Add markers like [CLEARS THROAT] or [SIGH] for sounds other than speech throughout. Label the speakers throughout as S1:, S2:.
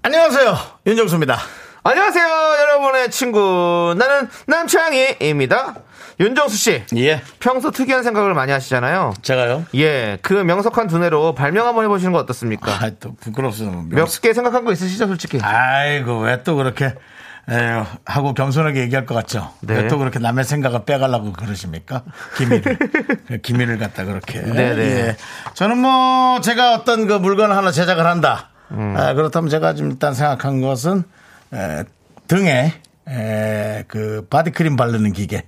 S1: 안녕하세요. 윤정수입니다.
S2: 안녕하세요, 여러분의 친구. 나는 남창희입니다. 윤정수 씨.
S1: 예.
S2: 평소 특이한 생각을 많이 하시잖아요.
S1: 제가요?
S2: 예, 그 명석한 두뇌로 발명 한번 해보시는 거 어떻습니까?
S1: 아, 또 부끄럽습니다.
S2: 몇 개 생각한 거 있으시죠, 솔직히?
S1: 아이고, 왜 또 그렇게. 에, 하고 겸손하게 얘기할 것 같죠.
S2: 네.
S1: 왜 또 그렇게 남의 생각을 빼가려고 그러십니까?
S2: [LAUGHS]
S1: 기밀을 기밀을 갖다 그렇게.
S2: 네네.
S1: 예. 저는 뭐 제가 어떤 그 물건을 하나 제작을 한다.
S2: 음.
S1: 아, 그렇다면 제가 좀 일단 생각한 것은 에, 등에 에, 그 바디크림 바르는 기계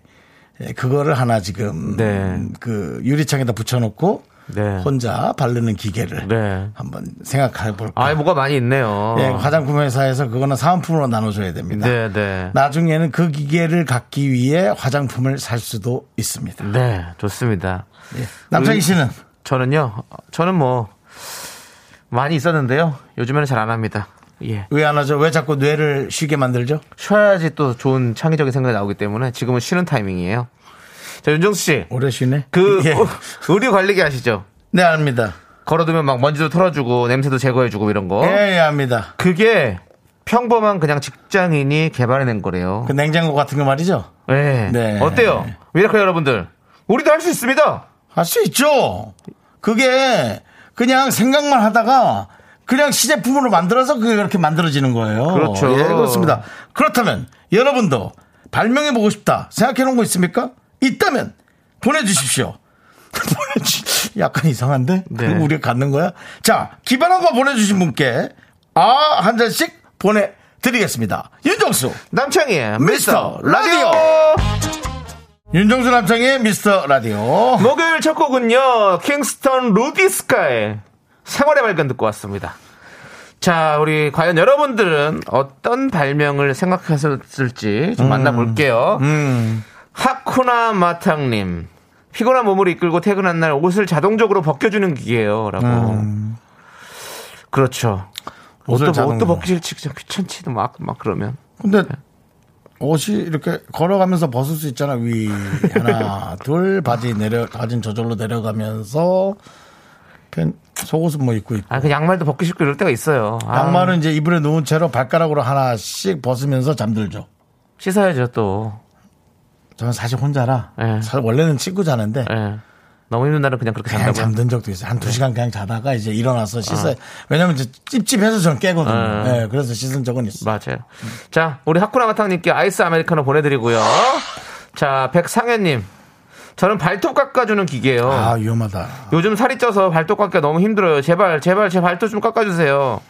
S1: 에, 그거를 하나 지금
S2: 네.
S1: 그 유리창에다 붙여놓고
S2: 네.
S1: 혼자 바르는 기계를
S2: 네.
S1: 한번 생각해 볼까.
S2: 아, 뭐가 많이 있네요.
S1: 예, 화장품 회사에서 그거는 사은품으로 나눠줘야 됩니다.
S2: 네, 네.
S1: 나중에는 그 기계를 갖기 위해 화장품을 살 수도 있습니다. 예.
S2: 네, 좋습니다.
S1: 남창희
S2: 음.
S1: 씨는
S2: 저는요, 저는 뭐, 많이 있었는데요. 요즘에는 잘 안 합니다. 예.
S1: 왜 안 하죠? 왜 자꾸 뇌를 쉬게 만들죠?
S2: 쉬어야지 또 좋은 창의적인 생각이 나오기 때문에 지금은 쉬는 타이밍이에요. 자, 윤정수 씨.
S1: 오래 쉬네.
S2: 그,
S1: 예.
S2: 어, 의류 관리기 아시죠?
S1: 네, 압니다.
S2: 걸어두면 막 먼지도 털어주고 냄새도 제거해주고 이런 거.
S1: 예, 예, 압니다.
S2: 그게 평범한 그냥 직장인이 개발해낸 거래요.
S1: 그 냉장고 같은 거 말이죠.
S2: 네.
S1: 네.
S2: 어때요? 미라클 여러분들. 우리도 할 수 있습니다.
S1: 할 수 있죠. 그게 그냥 생각만 하다가 그냥 시제품으로 만들어서 그게 그렇게 만들어지는 거예요.
S2: 그렇죠.
S1: 예, 그렇습니다. 그렇다면 여러분도 발명해 보고 싶다 생각해 놓은 거 있습니까? 있다면 보내주십시오. [LAUGHS] 보내주- 약간 이상한데?
S2: 네.
S1: 그리고 우리가 갖는 거야? 자, 기발한 거 보내주신 분께 아 한 잔씩 보내드리겠습니다. 윤정수
S2: 남창희의
S1: 미스터
S2: 미스터
S1: 라디오.
S2: 라디오.
S1: 윤정수 남창의 미스터 라디오
S2: 목요일 첫 곡은요. 킹스턴 루디스카의 생활의 발견 듣고 왔습니다. 자, 우리 과연 여러분들은 어떤 발명을 생각하셨을지
S1: 음.
S2: 좀 만나볼게요. 하쿠나 마탕님. 피곤한 몸을 이끌고 퇴근한 날 옷을 자동적으로 벗겨주는 기계예요. 라고. 그렇죠.
S1: 음. 옷을
S2: 옷도,
S1: 자동으로.
S2: 옷도 벗기기 진짜 귀찮지도 막, 막 그러면.
S1: 근데 옷이 이렇게 걸어가면서 벗을 수 있잖아 위
S2: [LAUGHS]
S1: 하나 둘 바지 내려 바지는 저절로 내려가면서 팬 속옷은 뭐 입고 있고
S2: 아, 그 양말도 벗기 싶고 이럴 때가 있어요. 아,
S1: 양말은 이제 이불에 누운 채로 발가락으로 하나씩 벗으면서 잠들죠.
S2: 씻어야죠, 또.
S1: 저는 사실 혼자라
S2: 예.
S1: 사실 원래는 친구 자는데
S2: 예. 너무 힘든 날은 그냥 그렇게
S1: 그냥
S2: 잔다고요.
S1: 잠든 적도 있어요. 한
S2: 네.
S1: 두 시간 그냥 자다가 이제
S2: 아.
S1: 일어나서 씻어요. 왜냐면 이제 찝찝해서 저는 깨거든요.
S2: 어.
S1: 예, 그래서 씻은 적은 있어요.
S2: 맞아요. 자, 우리 하쿠라마탕님께 아이스 아메리카노 보내드리고요. 자, 백상현님. 저는 발톱 깎아주는 기계예요.
S1: 아, 위험하다.
S2: 요즘 살이 쪄서 발톱 깎기가 너무 힘들어요. 제발, 제발 제 발톱 좀 깎아주세요.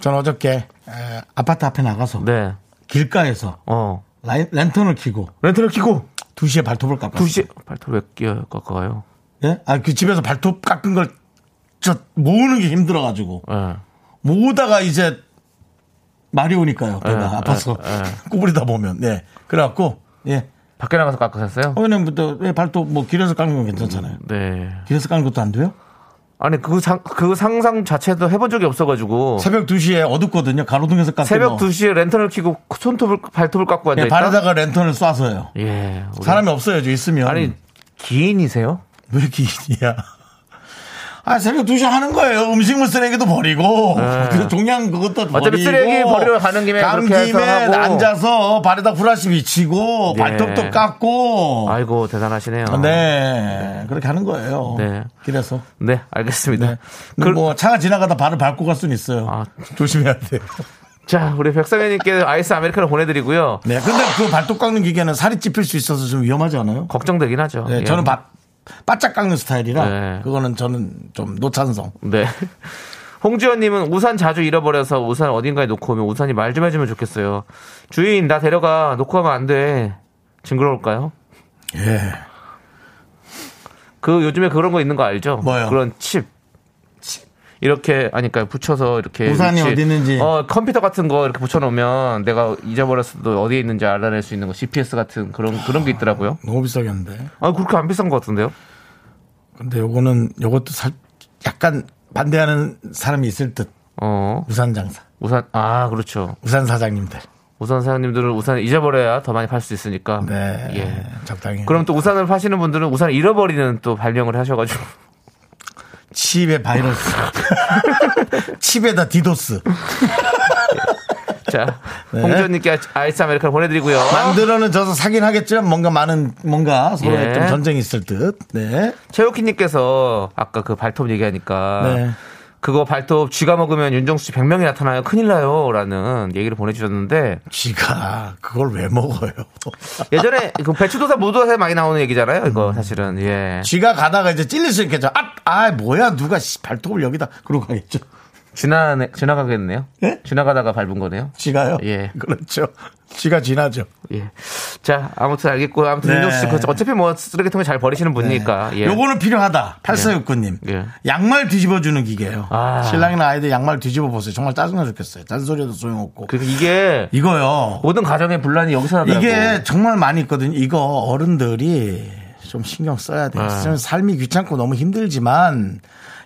S1: 전 어저께 에, 아파트 앞에 나가서
S2: 네.
S1: 길가에서
S2: 어.
S1: 라인- 랜턴을 켜고
S2: 렌트를 키고
S1: 2시에 발톱을 깎았어요.
S2: 두시 발톱 왜 끼어 깎아요?
S1: 예? 아, 그 집에서 발톱 깎은 걸, 저, 모으는 게 힘들어가지고.
S2: 예.
S1: 모으다가 이제, 말이 오니까요.
S2: 예,
S1: 배가 아파서. [LAUGHS] 구부리다 보면. 예. 그래갖고, 예.
S2: 밖에 나가서 깎으셨어요?
S1: 어, 왜냐면 또, 왜 발톱 뭐 길에서 깎는 건 괜찮잖아요.
S2: 네.
S1: 길에서 깎는 것도 안 돼요?
S2: 아니, 그 상, 그 상상 자체도 해본 적이 없어가지고.
S1: 새벽 2시에 어둡거든요. 가로등에서 깎는
S2: 새벽
S1: 거.
S2: 2시에 뭐. 렌턴을 키고 손톱을, 발톱을 깎고
S1: 예,
S2: 앉아있다.
S1: 발에다가 랜턴을 쏴서요.
S2: 예. 우리-
S1: 사람이 없어야죠. 있으면.
S2: 아니, 기인이세요?
S1: 왜 이렇게 일이야? 아, 새벽 2시 하는 거예요. 음식물 쓰레기도 버리고, 그 종량 그것도 버리고.
S2: 네. 어차피 쓰레기 버리러 가는 김에
S1: 간
S2: 그렇게 해서
S1: 김에
S2: 하고.
S1: 앉아서 발에다 후라시 비치고,
S2: 네.
S1: 발톱도 깎고.
S2: 아이고, 대단하시네요.
S1: 어. 네, 그렇게 하는 거예요.
S2: 네.
S1: 길에서.
S2: 네, 알겠습니다.
S1: 네.
S2: 그,
S1: 근데 뭐 차가 지나가다 발을 밟고 갈 수는 있어요.
S2: 아.
S1: 조심해야 돼.
S2: 자, 우리 백성현님께 아이스 아메리카노 보내드리고요.
S1: 네. 근데 그 발톱 깎는 기계는 살이 찝힐 수 있어서 좀 위험하지 않아요?
S2: 걱정되긴 하죠.
S1: 네,
S2: 예.
S1: 저는 바, 바짝 깎는 스타일이라
S2: 네.
S1: 그거는 저는 좀 노찬성.
S2: 네. [LAUGHS] 홍지연님은 우산 자주 잃어버려서 우산 어딘가에 놓고 오면 우산이 말 좀 해주면 좋겠어요. 주인, 나 데려가. 놓고 가면 안 돼. 징그러울까요?
S1: 예.
S2: 그 요즘에 그런 거 있는 거 알죠?
S1: 뭐요?
S2: 그런 칩. 이렇게 아니까 그러니까 붙여서 이렇게
S1: 우산이
S2: 위치-
S1: 어디 있는지.
S2: 어 컴퓨터 같은 거 이렇게 붙여놓으면 내가 잊어버렸어도 어디에 있는지 알아낼 수 있는 거 GPS 같은 그런 그런 게 있더라고요.
S1: 너무 비싸겠는데.
S2: 아 그렇게 안 비싼 것 같은데요?
S1: 근데 요거는 요것도 살 약간 반대하는 사람이 있을 듯.
S2: 어
S1: 우산 장사.
S2: 우산 아 그렇죠.
S1: 우산 사장님들.
S2: 우산 사장님들은 우산 잊어버려야 더 많이 팔 수 있으니까.
S1: 네.
S2: 예.
S1: 적당히.
S2: 그럼 또 우산을 파시는 분들은 우산을 잃어버리는 또 발령을 하셔가지고 [LAUGHS]
S1: 칩에 바이러스. 칩에다 디도스.
S2: 자 홍준님께 아이스 아메리카노 보내드리고요.
S1: 네. 만들어는 져서 사긴 하겠지만 뭔가 많은 뭔가 서로
S2: 예.
S1: 의좀 전쟁이 있을 듯. 네.
S2: 최욱희님께서 아까 그 발톱 얘기하니까
S1: 네.
S2: 그거 발톱 쥐가 먹으면 윤정수 씨 100명이 나타나요. 큰일 나요라는 얘기를 보내주셨는데
S1: 쥐가 그걸 왜 먹어요?
S2: 예전에 그 배추도사 무도사에 많이 나오는 얘기잖아요.
S1: 음.
S2: 이거 사실은 예
S1: 쥐가 가다가 이제 찔릴 수 있겠죠. 아, 아 뭐야 누가 씨, 발톱을 여기다 그러고 가겠죠.
S2: 지나네 지나가겠네요.
S1: 예?
S2: 지나가다가 밟은 거네요.
S1: 쥐가요?
S2: 예.
S1: 그렇죠. 쥐가 지나죠.
S2: 예. 자 아무튼 알겠고 아무튼
S1: 네.
S2: 윤정수 씨 그거 어차피 뭐 쓰레기통에 잘 버리시는 분이니까 예.
S1: 요거는 필요하다. 8469님.
S2: 예.
S1: 양말 뒤집어주는 기계예요.
S2: 아.
S1: 신랑이나 아이들 양말 뒤집어 보세요. 정말 짜증나 죽겠어요. 잔소리도 소용없고.
S2: 그 이게
S1: 이거요.
S2: 모든 가정의 분란이 여기서 나더라고.
S1: 이게 정말 많이 있거든요. 이거 어른들이 좀 신경 써야 돼요.
S2: 아.
S1: 저는 삶이 귀찮고 너무 힘들지만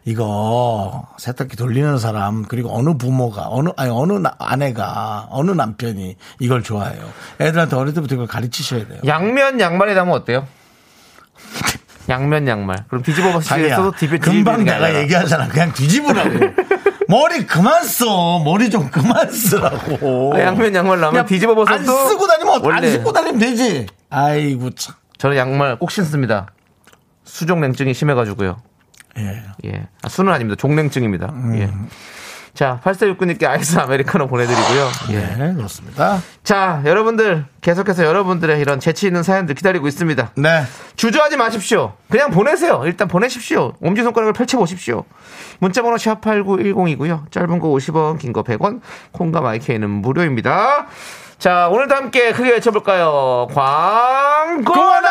S1: 이거 세탁기 돌리는 사람 그리고 어느 부모가 어느 아니 어느 나- 아내가 어느 남편이 이걸 좋아해요. 애들한테 어릴 때부터 이걸 가르치셔야 돼요.
S2: 양면 양말에 담으면 어때요? [LAUGHS] 양면 양말. 그럼 뒤집어
S1: 자기야,
S2: 봤어도 뒤집어
S1: 금방 내가 얘기하잖아. 그냥
S2: 네.
S1: 뒤집으라고. [LAUGHS] 머리 그만 써. 머리 좀 그만 쓰라고.
S2: 아, 양면 양말 나면 뒤집어 벗어도
S1: 안 쓰고 다니면 어떡- 안
S2: 원래
S1: 쓰고 다니면 되지. 아이고 참.
S2: 저는 양말 꼭 신습니다. 수족 냉증이 심해가지고요.
S1: 예.
S2: 예. 아, 수는 아닙니다. 종냉증입니다. 예.
S1: 음.
S2: 자, 8469님께 아이스 아메리카노 보내드리고요. 예.
S1: 네, 그렇습니다.
S2: 자, 여러분들, 계속해서 여러분들의 이런 재치 있는 사연들 기다리고 있습니다.
S1: 네.
S2: 주저하지 마십시오. 그냥 보내세요. 일단 보내십시오. 엄지손가락을 펼쳐보십시오. 문자번호 샵8910이고요. 짧은 거 50원, 긴 거 100원, 콩과 마이케이는 무료입니다. 자, 오늘도 함께 크게 외쳐볼까요? 광고나!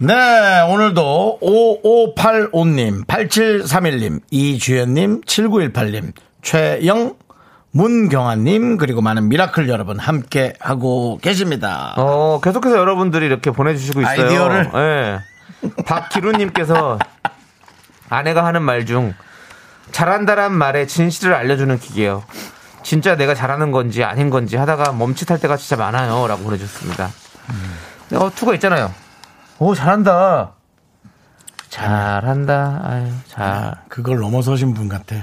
S1: 네, 오늘도 5585님, 8731님, 이주연님, 7918님, 최영, 문경아님, 그리고 많은 미라클 여러분 함께 하고 계십니다.
S2: 어, 계속해서 여러분들이 이렇게 보내주시고 있어요.
S1: 아이디어를?
S2: 예. 박기루님께서 아내가 하는 말 중 잘한다란 말에 진실을 알려주는 기계요. 진짜 내가 잘하는 건지 아닌 건지 하다가 멈칫할 때가 진짜 많아요. 라고 보내주셨습니다. 근데 어, 투가 있잖아요. 오, 잘한다. 잘한다. 아유, 잘.
S1: 그걸 넘어서신 분 같아.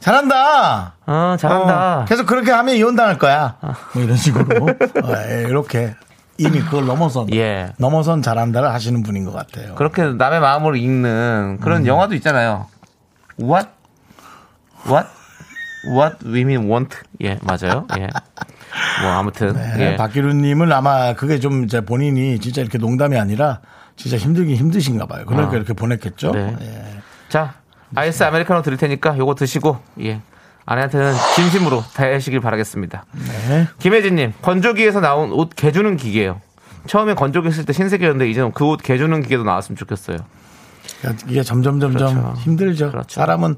S1: 잘한다!
S2: 어, 잘한다. 어.
S1: 어, 계속 그렇게 하면 이혼당할 거야. 뭐 이런
S2: [LAUGHS]
S1: 식으로. 어, 예, 이렇게. 이미 그걸 넘어선.
S2: 예.
S1: 넘어선 잘한다를 하시는 분인 것 같아요.
S2: 그렇게 남의 마음을 읽는
S1: 음.
S2: 그런 영화도 있잖아요. What? What? What women want? 예, 맞아요. 예. 뭐 아무튼
S1: 네,
S2: 예.
S1: 박기루님은 아마 그게 좀 이제 본인이 진짜 이렇게 농담이 아니라 진짜 힘들긴 힘드신가 봐요. 그러니까
S2: 아.
S1: 이렇게 보냈겠죠.
S2: 네.
S1: 예.
S2: 자, 아이스 아메리카노 드릴 테니까 요거 드시고 예. 아내한테는 진심으로 대하시길 바라겠습니다.
S1: 네.
S2: 김혜진님, 건조기에서 나온 옷 개주는 기계예요. 처음에 건조기 했을 때 신세계였는데 이제는 그 옷 개주는 기계도 나왔으면 좋겠어요.
S1: 그러니까 이게 점점 점점
S2: 그렇죠.
S1: 힘들죠.
S2: 그렇죠.
S1: 사람은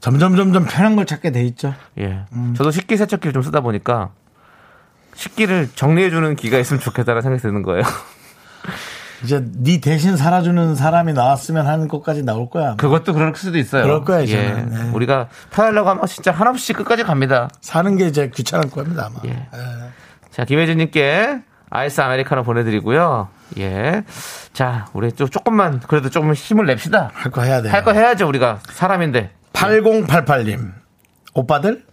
S1: 점점 점점 편한 걸 찾게 돼 있죠.
S2: 예.
S1: 음.
S2: 저도 식기 세척기를 좀 쓰다 보니까 식기를 정리해주는 기가 있으면 좋겠다라는 생각이 드는 거예요.
S1: 이제 네 대신 살아주는 사람이 나왔으면 하는 것까지 나올 거야.
S2: 그것도 그럴 수도 있어요.
S1: 그럴 거예요,
S2: 예.
S1: 저는. 네.
S2: 우리가 편하려고 하면 진짜 한없이 끝까지 갑니다.
S1: 사는 게 이제 귀찮을 겁니다 아마.
S2: 예.
S1: 예.
S2: 자, 김혜진님께 아이스 아메리카노 보내드리고요. 예. 자, 우리 또 조금만, 그래도 조금 힘을 냅시다.
S1: 할 거 해야 돼요.
S2: 할 거 해야죠, 우리가. 사람인데.
S1: 8088님. 오빠들,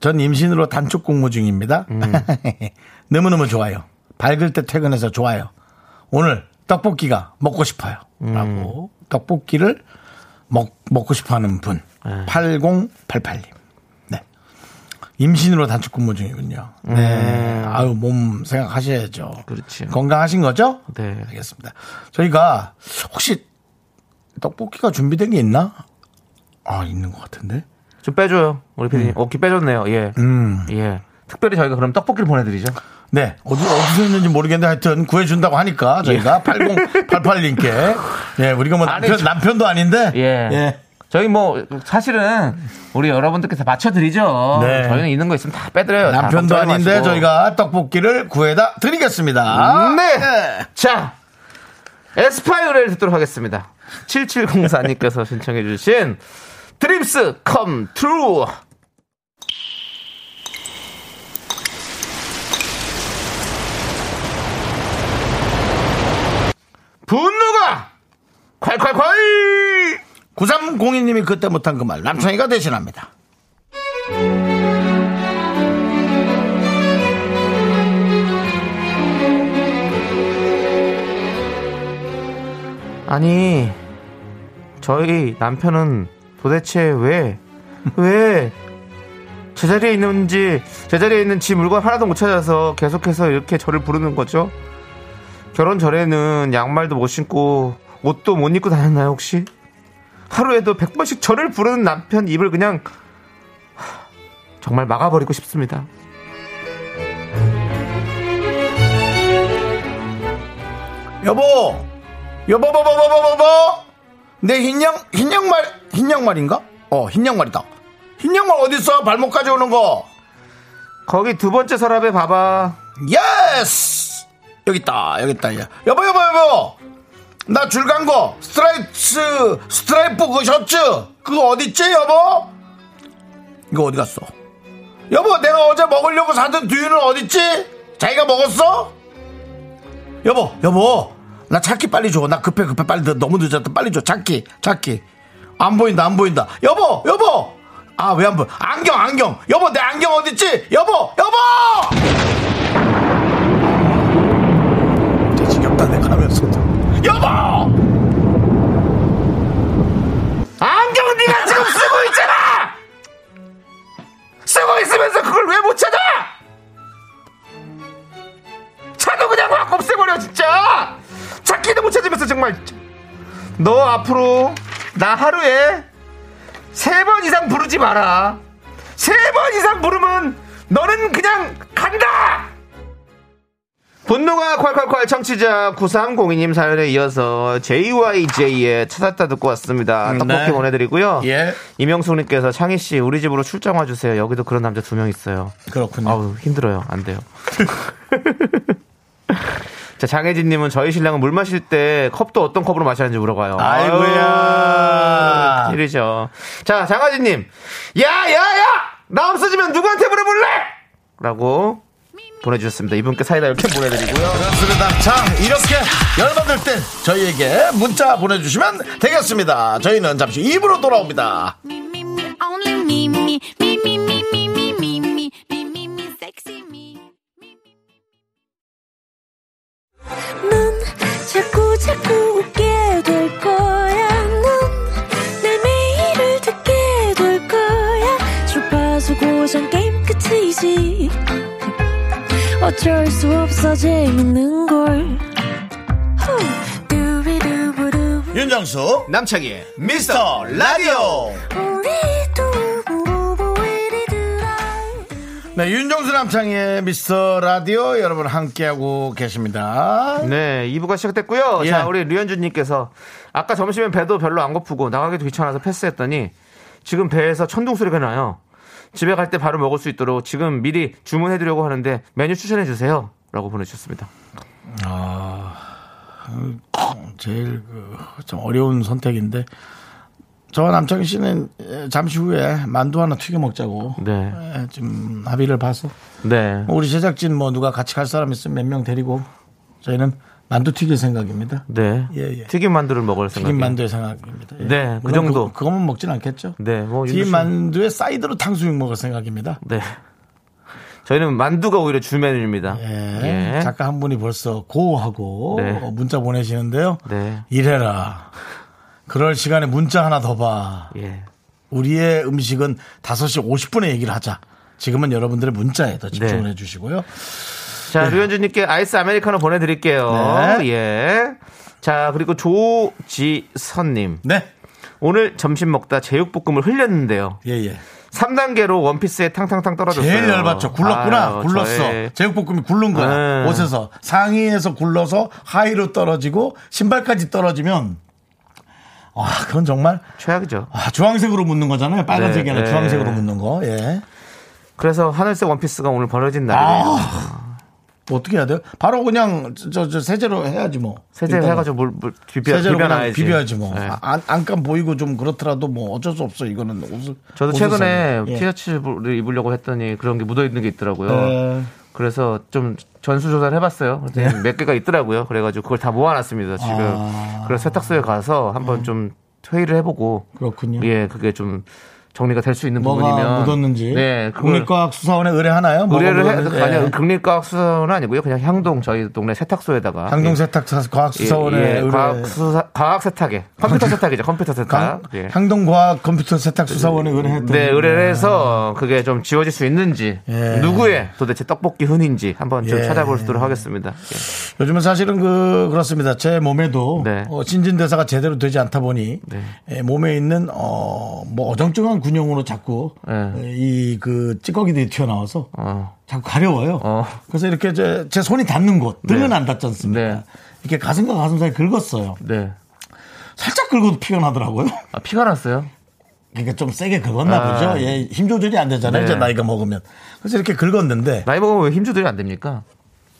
S1: 전 임신으로 단축 공무
S2: 음.
S1: [LAUGHS] 중입니다. 너무너무 좋아요. 밝을 때 퇴근해서 좋아요. 오늘 떡볶이가 먹고 싶어요.
S2: 음.
S1: 라고 떡볶이를 먹, 먹고 싶어 하는 분.
S2: 네.
S1: 8088님. 네. 임신으로 단축 근무 중이군요. 네. 아유, 몸 생각하셔야죠.
S2: 음. 그렇죠.
S1: 건강하신 거죠?
S2: 네.
S1: 알겠습니다. 저희가 혹시 떡볶이가 준비된 게 있나? 아, 있는 것 같은데.
S2: 좀 빼줘요. 우리 피디님. 어깨 빼줬네요. 예.
S1: 음.
S2: 예. 특별히 저희가 그럼 떡볶이를 보내드리죠.
S1: 네. 어디, 어디서 있는지 모르겠는데 하여튼 구해준다고 하니까
S2: 예.
S1: 저희가 8088님께. 예, 우리가 뭐
S2: 아니,
S1: 남편,
S2: 저-
S1: 남편도 아닌데.
S2: 예. 저희 뭐 사실은 우리 여러분들께서 맞춰드리죠.
S1: 네.
S2: 저희는 있는 거 있으면 다 빼드려요. 다
S1: 남편도
S2: 걱정하지
S1: 아닌데
S2: 마시고.
S1: 저희가 떡볶이를 구해다 드리겠습니다.
S2: 네. 자, 에스파이어를 듣도록 하겠습니다. 7704님께서 [LAUGHS] 신청해주신 드림스 컴 트루. 분노가 콸콸콸!
S1: 9302님이 그때 못한 그 말 남창희가 대신합니다.
S2: 아니 저희 남편은 도대체 왜 왜 제자리에 있는지 제자리에 있는 지 물건 하나도 못 찾아서 계속해서 이렇게 저를 부르는 거죠 결혼 전에는 양말도 못 신고 옷도 못 입고 다녔나요 혹시 하루에도 100번씩 저를 부르는 남편 입을 그냥 하, 정말 막아버리고 싶습니다
S1: 여보, 여보, 뭐, 여보, 여보, 여보, 여보, 뭐? 내 흰양 흰양말 흰양말인가? 어, 흰양말이다. 흰양말 어디 있어? 발목까지 오는 거.
S2: 거기 두 번째 서랍에 봐봐
S1: 예스! 여기 있다, 여기 있다. 야. 여보, 여보, 여보! 나 줄 간 거, 스트라이프, 스트라이프 그 셔츠, 그거 어딨지, 여보? 이거 어디 갔어? 여보, 내가 어제 먹으려고 사둔 두유는 어딨지? 자기가 먹었어? 여보, 여보, 나 찾기 빨리 줘. 나 급해, 급해, 빨리. 너- 너무 늦었다. 빨리 줘. 찾기, 찾기. 안 보인다, 안 보인다. 여보, 여보! 아, 왜 안 보여? 안경, 안경. 여보, 내 안경 어딨지? 여보, 여보! 진짜 지겹다 내가 하면서도 여보
S2: 안경 네가 지금 쓰고 있잖아! 쓰고 있으면서 그걸 왜 못 찾아! 차도 그냥 확 없애버려 진짜! 찾기도 못 찾으면서 정말 진짜. 너 앞으로 나 하루에 세 번 이상 부르지 마라 세 번 이상 부르면 너는 그냥 간다! 분노가 콸콸콸 청취자 9302님 사연에 이어서 JYJ의 찾았다 듣고 왔습니다.
S1: 음,
S2: 떡볶이
S1: 네.
S2: 보내드리고요.
S1: 예.
S2: 이명숙님께서 창희 씨 우리 집으로 출장 와주세요. 여기도 그런 남자 두 명 있어요.
S1: 그렇군요
S2: 아우 힘들어요. [LAUGHS] 안 돼요. 자 장혜진님은 저희 신랑은 물 마실 때 컵도 어떤 컵으로 마시는지 물어봐요.
S1: 아이고야.
S2: 아유, 일이죠. 자 장혜진님, 야야야 나 없어지면 누구한테 물어볼래? 라고 보내주셨습니다. 이분께 사이다 이렇게 보내드리고요.
S1: 그렇습니다 자 이렇게 열받을 땐 저희에게 문자 보내주시면 되겠습니다 저희는 잠시 입으로 돌아옵니다
S3: Me, me, me, only me, me, me, me, me, me, me, me, me, me, me, me, sexy me.
S4: 넌 자꾸 자꾸 웃게 될 거야. 넌내 매일을 듣게 될 거야. 주파수 고정 게임 끝이지. 어쩔 수 없어 재밌는 걸. 후. 두비두부두.
S1: 윤정수
S2: 남창희
S1: 미스터 라디오
S4: 우리 두부부부 우리 두라.
S1: 네 윤정수 남창의 미스터 라디오 여러분 함께하고 계십니다
S2: 네, 2부가 시작됐고요.
S1: 예.
S2: 자, 우리 류현주님께서 아까 점심엔 배도 별로 안 고프고 나가기도 귀찮아서 패스했더니 지금 배에서 천둥 소리가 나요. 집에 갈 때 바로 먹을 수 있도록 지금 미리 주문해드리려고 하는데 메뉴 추천해 주세요. 라고 보내주셨습니다.
S1: 제일 그 좀 어려운 선택인데 저와 남창희 씨는 예, 잠시 후에 만두 하나 튀겨 먹자고
S2: 네.
S1: 예, 지금 합의를 봐서
S2: 네.
S1: 우리 제작진 뭐 누가 같이 갈 사람 있으면 몇 명 데리고 저희는 만두 튀길 생각입니다.
S2: 네.
S1: 예, 예.
S2: 튀김 만두를 먹을 생각.
S1: 튀김 만두의 생각입니다. 예.
S2: 네, 그
S1: 물론
S2: 정도.
S1: 그, 그것만 먹진 않겠죠.
S2: 네, 뭐 윤조
S1: 튀김
S2: 씨-
S1: 만두의 사이드로 탕수육 먹을 생각입니다.
S2: 네. 저희는 만두가 오히려 주 메뉴입니다.
S1: 예.
S2: 예.
S1: 작가 한 분이 벌써 고하고
S2: 네.
S1: 어, 문자 보내시는데요.
S2: 네.
S1: 이래라. 그럴 시간에 문자 하나 더 봐.
S2: 예.
S1: 우리의 음식은 5시 50분에 얘기를 하자. 지금은 여러분들의 문자에 더 집중을
S2: 네.
S1: 해주시고요.
S2: 자, 류현주님께 아이스 아메리카노 보내드릴게요.
S1: 예. 네.
S2: 예. 자, 그리고 조지선님.
S1: 네.
S2: 오늘 점심 먹다 제육볶음을 흘렸는데요.
S1: 예, 예.
S2: 3단계로 원피스에 탕탕탕 떨어졌어요.
S1: 제일 열받죠. 굴렀구나.
S2: 아유,
S1: 굴렀어.
S2: 저의-
S1: 제육볶음이 굴른 거야.
S2: 네.
S1: 옷에서. 상의에서 굴러서 하의로 떨어지고 신발까지 떨어지면 와, 그건 정말
S2: 최악이죠.
S1: 아, 주황색으로 묻는 거잖아요. 빨간색이
S2: 네,
S1: 아니라
S2: 네.
S1: 주황색으로 묻는 거. 예.
S2: 그래서 하늘색 원피스가 오늘 버려진 날이에요.
S1: 아. 어떻게 해야 돼요? 바로 그냥 저 저 세제로 해야지 뭐.
S2: 세제
S1: 일단은.
S2: 해가지고 물, 물 비벼,
S1: 세제로 그냥
S2: 비벼놔야지.
S1: 비벼야지 뭐.
S2: 예.
S1: 아, 안, 안감 보이고 좀 그렇더라도 뭐 어쩔 수 없어. 이거는 옷을.
S2: 저도
S1: 옷을
S2: 최근에
S1: 사면. 예.
S2: 티셔츠를 입으려고 했더니 그런 게 묻어있는 게 있더라고요.
S1: 예.
S2: 그래서 좀 전수조사를 해봤어요.
S1: 네.
S2: 그랬더니 몇 개가 있더라고요. 그래가지고 그걸 다 모아놨습니다, 지금. 그래서 세탁소에 가서 한번 좀 회의를 해보고.
S1: 네. 그렇군요.
S2: 예, 그게 좀 정리가 될 수 있는
S1: 뭐가
S2: 부분이면.
S1: 묻었는지.
S2: 네, 그걸
S1: 국립과학 수사원에 의뢰하나요? 뭐가
S2: 의뢰를 그 해,
S1: 묻었는지.
S2: 아니요,
S1: 예.
S2: 국립과학 수사는 아니고요. 그냥 향동, 저희 동네 세탁소에다가.
S1: 항공
S2: 예.
S1: 세탁 과학
S2: 예,
S1: 수사원에
S2: 예,
S1: 의뢰.
S2: 과학 수사, 과학 세탁에. 컴퓨터 세탁이죠, 컴퓨터 세탁.
S1: 강-
S2: 예.
S1: 항동과학 컴퓨터 세탁 수사원에 의뢰했던.
S2: 네, 의뢰를 해서 그게 좀 지워질 수 있는지,
S1: 예.
S2: 누구의 도대체 떡볶이 흔인지 한번 좀
S1: 예.
S2: 찾아보도록 하겠습니다. 예.
S1: 요즘은 사실은 그 그렇습니다. 제 몸에도
S2: 네.
S1: 어, 신진대사가 제대로 되지 않다 보니
S2: 네.
S1: 예, 몸에 있는 어뭐 어정쩡한 군용으로 자꾸
S2: 네.
S1: 이 그 찌꺼기들이 튀어나와서
S2: 어.
S1: 자꾸 가려워요.
S2: 어.
S1: 그래서 이렇게 제, 제 손이 닿는 곳 등은
S2: 네.
S1: 안 닿지 않습니까?
S2: 네.
S1: 이렇게 가슴과 가슴 사이 긁었어요.
S2: 네.
S1: 살짝 긁어도 피가 나더라고요.
S2: 아, 피가 났어요?
S1: 그러니까 좀 세게 긁었나
S2: 아.
S1: 보죠. 예, 힘 조절이 안 되잖아요.
S2: 네.
S1: 이제 나이가 먹으면. 그래서 이렇게 긁었는데
S2: 나이 먹으면 왜 힘조절이 안 됩니까?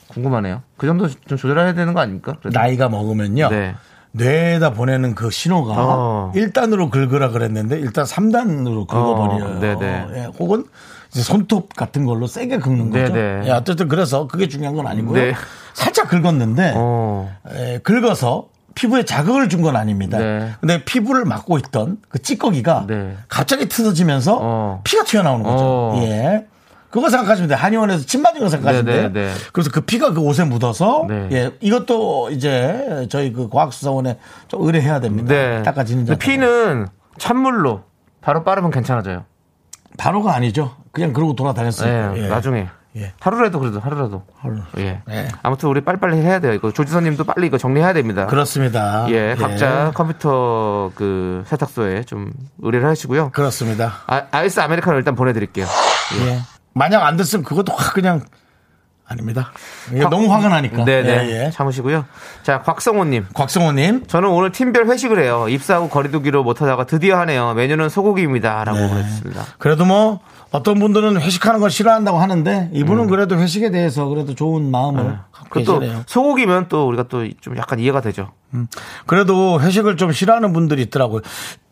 S2: 궁금하네요. 그 정도 좀 조절해야 되는 거 아닙니까? 그래도.
S1: 나이가 먹으면요.
S2: 네.
S1: 뇌에다 보내는 그 신호가
S2: 어.
S1: 일 1단으로 긁으라 그랬는데 일단 3단으로 긁어버려요.
S2: 어, 네네.
S1: 예, 혹은 이제 손톱 같은 걸로 세게 긁는 거죠.
S2: 네네.
S1: 예, 어쨌든 그래서 그게 중요한 건 아니고요.
S2: 네.
S1: 살짝 긁었는데
S2: 어.
S1: 에, 긁어서 피부에 자극을 준 건 아닙니다.
S2: 네.
S1: 근데 피부를 막고 있던 그 찌꺼기가
S2: 네.
S1: 갑자기 뜯어지면서
S2: 어.
S1: 피가 튀어나오는 거죠.
S2: 어.
S1: 예. 그거 생각하시면 돼요. 한의원에서 침 맞은 거 생각하시면
S2: 네,
S1: 돼요.
S2: 네, 네.
S1: 그래서 그 피가 그 옷에 묻어서
S2: 네.
S1: 예, 이것도 이제 저희 그 과학수사원에 좀 의뢰해야 됩니다.
S2: 네.
S1: 닦아지는 자.
S2: 근데 피는 찬물로 바로 빠르면 괜찮아져요.
S1: 바로가 아니죠. 그냥 그러고 돌아다녔어요.
S2: 예,
S1: 예.
S2: 나중에.
S1: 예.
S2: 하루라도 그래도 하루라도.
S1: 하루.
S2: 예.
S1: 예.
S2: 아무튼 우리 빨리빨리 해야 돼요. 이거 조지선님도 빨리 이거 정리해야 됩니다.
S1: 그렇습니다.
S2: 예, 각자 컴퓨터 그 세탁소에 좀 의뢰를 하시고요.
S1: 그렇습니다.
S2: 아, 아이스 아메리카노 일단 보내드릴게요.
S1: 예. 만약 안 됐으면 그것도 확 그냥 아닙니다. 이게 너무 화가 나니까.
S2: 네네.
S1: 예, 예.
S2: 참으시고요. 자, 곽성호님.
S1: 곽성호님.
S2: 저는 오늘 팀별 회식을 해요. 입사하고 거리두기로 못하다가 드디어 하네요. 메뉴는 소고기입니다. 라고
S1: 네.
S2: 보내주셨습니다.
S1: 그래도 뭐 어떤 분들은 회식하는 걸 싫어한다고 하는데 이분은 그래도 회식에 대해서 그래도 좋은 마음을 갖고
S2: 음. 아, 그또
S1: 계시네요. 음.
S2: 소고기면 또 우리가 또 좀 약간 이해가 되죠.
S1: 그래도 회식을 좀 싫어하는 분들이 있더라고요.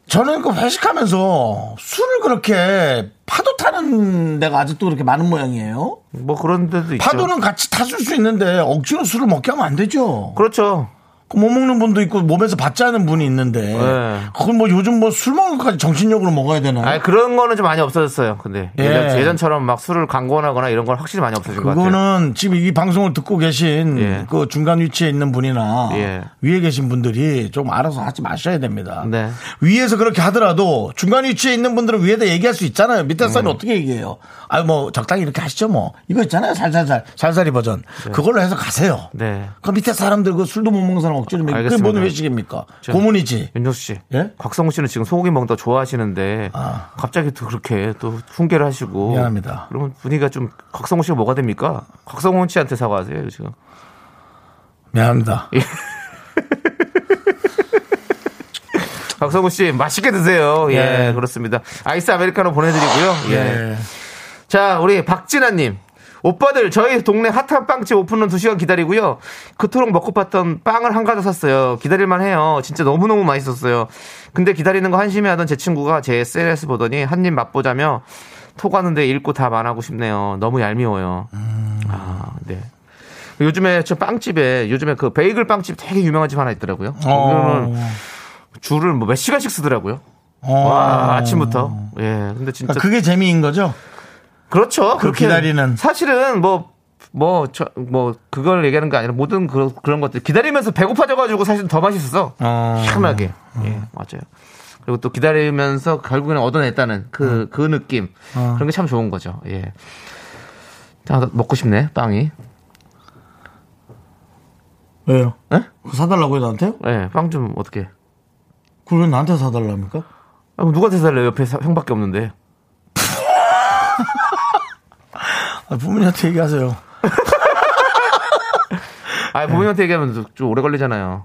S1: 저는 그 회식하면서 술을 그렇게 파도 타는 데가 아직도 그렇게 많은 모양이에요.
S2: 뭐 그런 데도 있죠.
S1: 파도는 같이 타줄 수 있는데 억지로 술을 먹게 하면 안 되죠.
S2: 그렇죠.
S1: 그못 먹는 분도 있고 몸에서 받지 않은 분이 있는데
S2: 네.
S1: 그건 뭐 요즘 뭐 술 먹는 것까지 정신력으로 먹어야 되나요?
S2: 아 그런 거는 좀 많이 없어졌어요. 근데
S1: 예.
S2: 예전, 예전처럼 막 술을 강권하거나 이런 건 확실히 많이 없어진 것 같아요.
S1: 그거는 지금 이 방송을 듣고 계신
S2: 예.
S1: 그 중간 위치에 있는 분이나
S2: 예.
S1: 위에 계신 분들이 좀 알아서 하지 마셔야 됩니다.
S2: 네.
S1: 위에서 그렇게 하더라도 중간 위치에 있는 분들은 위에다 얘기할 수 있잖아요. 밑에 사람이
S2: 음.
S1: 어떻게 얘기해요? 아유 뭐 적당히 이렇게 하시죠 뭐 이거 있잖아요 살살살 살살이 버전 그걸로 해서 가세요.
S2: 네.
S1: 그 밑에 사람들 그 술도 못 먹는 사람 억지로 먹 그게
S2: 알겠습니다.
S1: 뭔 회식입니까?
S2: 저-
S1: 고문이지.
S2: 윤정수 씨,
S1: 예?
S2: 곽성우 씨는 지금 소고기 먹는 거 좋아하시는데
S1: 아.
S2: 갑자기 또 그렇게 또 훈계를 하시고
S1: 미안합니다.
S2: 그러면 분위기가 좀 곽성우 씨가 뭐가 됩니까? 곽성우 씨한테 사과하세요 지금.
S1: 미안합니다.
S2: 곽성우 씨 맛있게 드세요. 예,
S1: 예.
S2: 그렇습니다. 아이스 아메리카노 보내드리고요. 예.
S1: 예.
S2: 자, 우리 박진아님. 오빠들 저희 동네 핫한 빵집 오픈은 2시간 기다리고요. 그토록 먹고 봤던 빵을 한 가득 샀어요. 기다릴만 해요. 진짜 너무너무 맛있었어요. 근데 기다리는 거 한심해하던 제 친구가 제 SNS 보더니 한 입 맛보자며 토가는데 읽고 답 안 하고 싶네요. 너무 얄미워요. 아, 네. 요즘에 저 빵집에 요즘에 그 베이글 빵집 되게 유명한 집 하나 있더라고요.
S1: 어.
S2: 거기는 줄을 뭐 몇 시간씩 쓰더라고요.
S1: 어. 그러니까
S2: 와, 아침부터. 예. 근데 진짜
S1: 그게 재미인 거죠?
S2: 그렇죠.
S1: 그
S2: 그렇게
S1: 기다리는.
S2: 사실은 뭐. 뭐, 저, 뭐, 그걸 얘기하는 게 아니라 모든 그, 그런 것들. 기다리면서 배고파져가지고 사실 더 맛있었어.
S1: 어.
S2: 희한하게. 예, 맞아요. 그리고 또 기다리면서 결국에는 얻어냈다는 그,
S1: 아.
S2: 그 느낌. 그런 게 참 좋은 거죠. 예. 자, 나 먹고 싶네, 빵이.
S1: 왜요?
S2: 예?
S1: 그거 사달라고요 나한테?
S2: 예, 빵 좀 어떻게.
S1: 그걸 왜 나한테 사달랍니까?
S2: 아, 그럼 누가 대살래요? 옆에 사- 형밖에 없는데.
S1: 아, 부모님한테 얘기하세요.
S2: 아,
S1: 네.
S2: 부모님한테 얘기하면 좀- 좀 오래 걸리잖아요.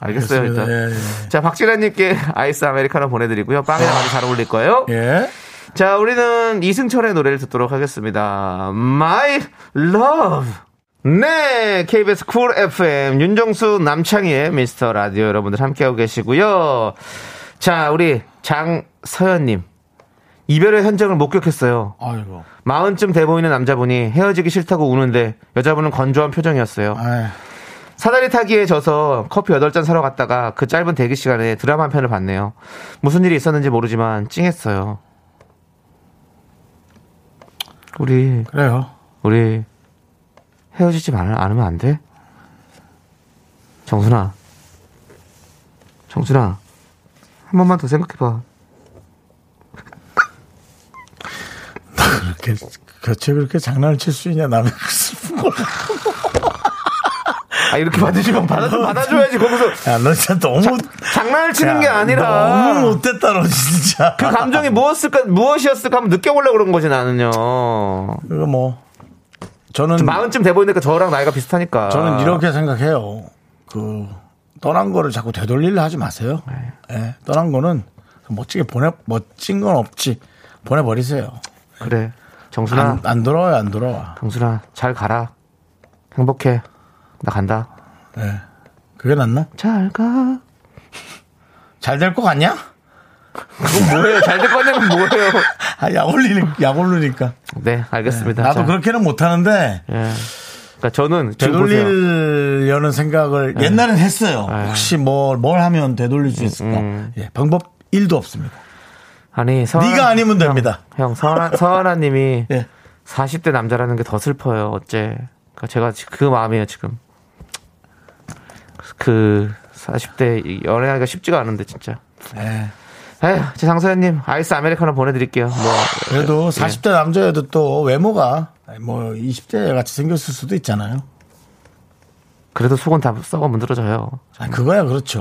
S2: 알겠어요, 일단.
S1: 예,
S2: 자, 박지란님께 아이스 아메리카노 보내드리고요. 빵이랑 아주 잘 어울릴 거예요.
S1: 예. 예.
S2: 자, 우리는 이승철의 노래를 듣도록 하겠습니다. My Love. 네, KBS 쿨 FM 윤정수 남창희의 미스터 라디오 여러분들 함께하고 계시고요. 자, 우리 장서연님 이별의 현장을 목격했어요.
S1: 아이고.
S2: 마흔쯤 돼 보이는 남자분이 헤어지기 싫다고 우는데 여자분은 건조한 표정이었어요.
S1: 아이, 예.
S2: 사다리 타기에 져서 커피 8잔 사러 갔다가 그 짧은 대기 시간에 드라마 한 편을 봤네요. 무슨 일이 있었는지 모르지만 찡했어요. 우리,
S1: 그래요.
S2: 우리 헤어지지 말- 않으면 안 돼? 정순아. 정순아. 한 번만 더 생각해봐.
S1: 그렇게, 대체 그렇게 장난을 칠 수 있냐, 남의 슬픈 걸.
S2: 아, 이렇게 받으시면 받아, 받아줘야지. 거기서
S1: 야, 너 진짜 너무.
S2: 장난을 치는
S1: 야,
S2: 게 아니라.
S1: 너무 못됐다, 너 진짜.
S2: 그 감정이 무엇일까, 무엇이었을까 한번 느껴보려고 그런 거지, 나는요.
S1: 그거 뭐. 저는.
S2: 마흔쯤 돼 보이니까 저랑 나이가 비슷하니까.
S1: 음. 저는 이렇게 생각해요. 그 떠난 거를 자꾸 되돌리려 하지 마세요.
S2: 네.
S1: 예, 떠난 거는 멋지게 보내 멋진 건 없지 보내 버리세요.
S2: 그래. 정순아,
S1: 안, 안 돌아와요, 안 돌아와.
S2: 정순아, 잘 가라. 행복해. 나 간다.
S1: 예, 그게 낫나?
S2: 잘 가.
S1: 잘 될 것 같냐? [LAUGHS]
S2: 그건 뭐예요? 잘 될 거냐면 뭐예요? [LAUGHS]
S1: 아, 약 올리니 약 올리니까.
S2: 네, 알겠습니다.
S1: 나도
S2: 자,
S1: 그렇게는 못 하는데
S2: 예. 그러니까 저는 지금 보세요. 네.
S1: 되돌리려는 생각을 옛날엔 했어요. 혹시 뭘 뭘 하면 되돌릴 수 있을까? 예, 방법 1도 없습니다.
S2: 음, 아니, 서하,
S1: 네가 아니면 됩니다.
S2: 형, 서하나, 서하나님이
S1: 예.
S2: 40대 남자라는 게 더 슬퍼요. 어째. 그러니까 제가 지- 그 마음이에요, 지금. 그 40대 연애하기가 쉽지가 않은데, 진짜.
S1: 예.
S2: 에휴, 제 상사님 아이스 아메리카노 보내드릴게요. 뭐
S1: 그래도 40대 남자여도 또 외모가 뭐 20대 같이 생겼을 수도 있잖아요.
S2: 그래도 속은 다 썩어 문드러져요.
S1: 아, 그거야 그렇죠.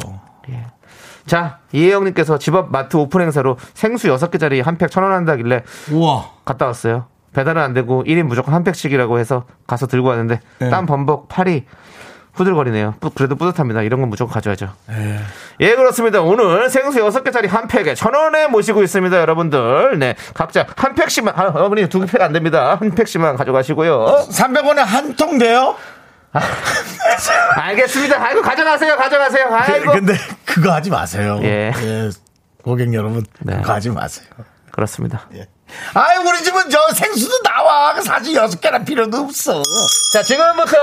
S2: 자 이혜영님께서 집 앞 마트 오픈 행사로 생수 6개짜리 한 팩 천 원 한다길래
S1: 우와.
S2: 갔다 왔어요. 배달은 안 되고 1인 무조건 한 팩씩이라고 해서 가서 들고 왔는데
S1: 네.
S2: 땀 범벅 팔이 후들거리네요. 뿌- 그래도 뿌듯합니다. 이런 건 무조건 가져야죠.
S1: 네.
S2: 예 그렇습니다. 오늘 생수 6개짜리 한 팩에 천 원에 모시고 있습니다. 여러분들 네 각자 한 팩씩만 아, 어머니 두 팩 안 됩니다. 한 팩씩만
S1: 어?
S2: 가져가시고요.
S1: 300원에 한 통 돼요?
S2: 알겠습니다. 아이고 가져가세요. 가져가세요.
S1: 그,
S2: 아이고
S1: 근데 그거 하지 마세요.
S2: 예.
S1: 예, 고객 여러분
S2: 네.
S1: 그거 하지 마세요.
S2: 그렇습니다.
S1: 예. 아이 우리 집은 저 생수도 나와. 그 사실 여섯 개나 필요도 없어.
S2: 자, 지금부터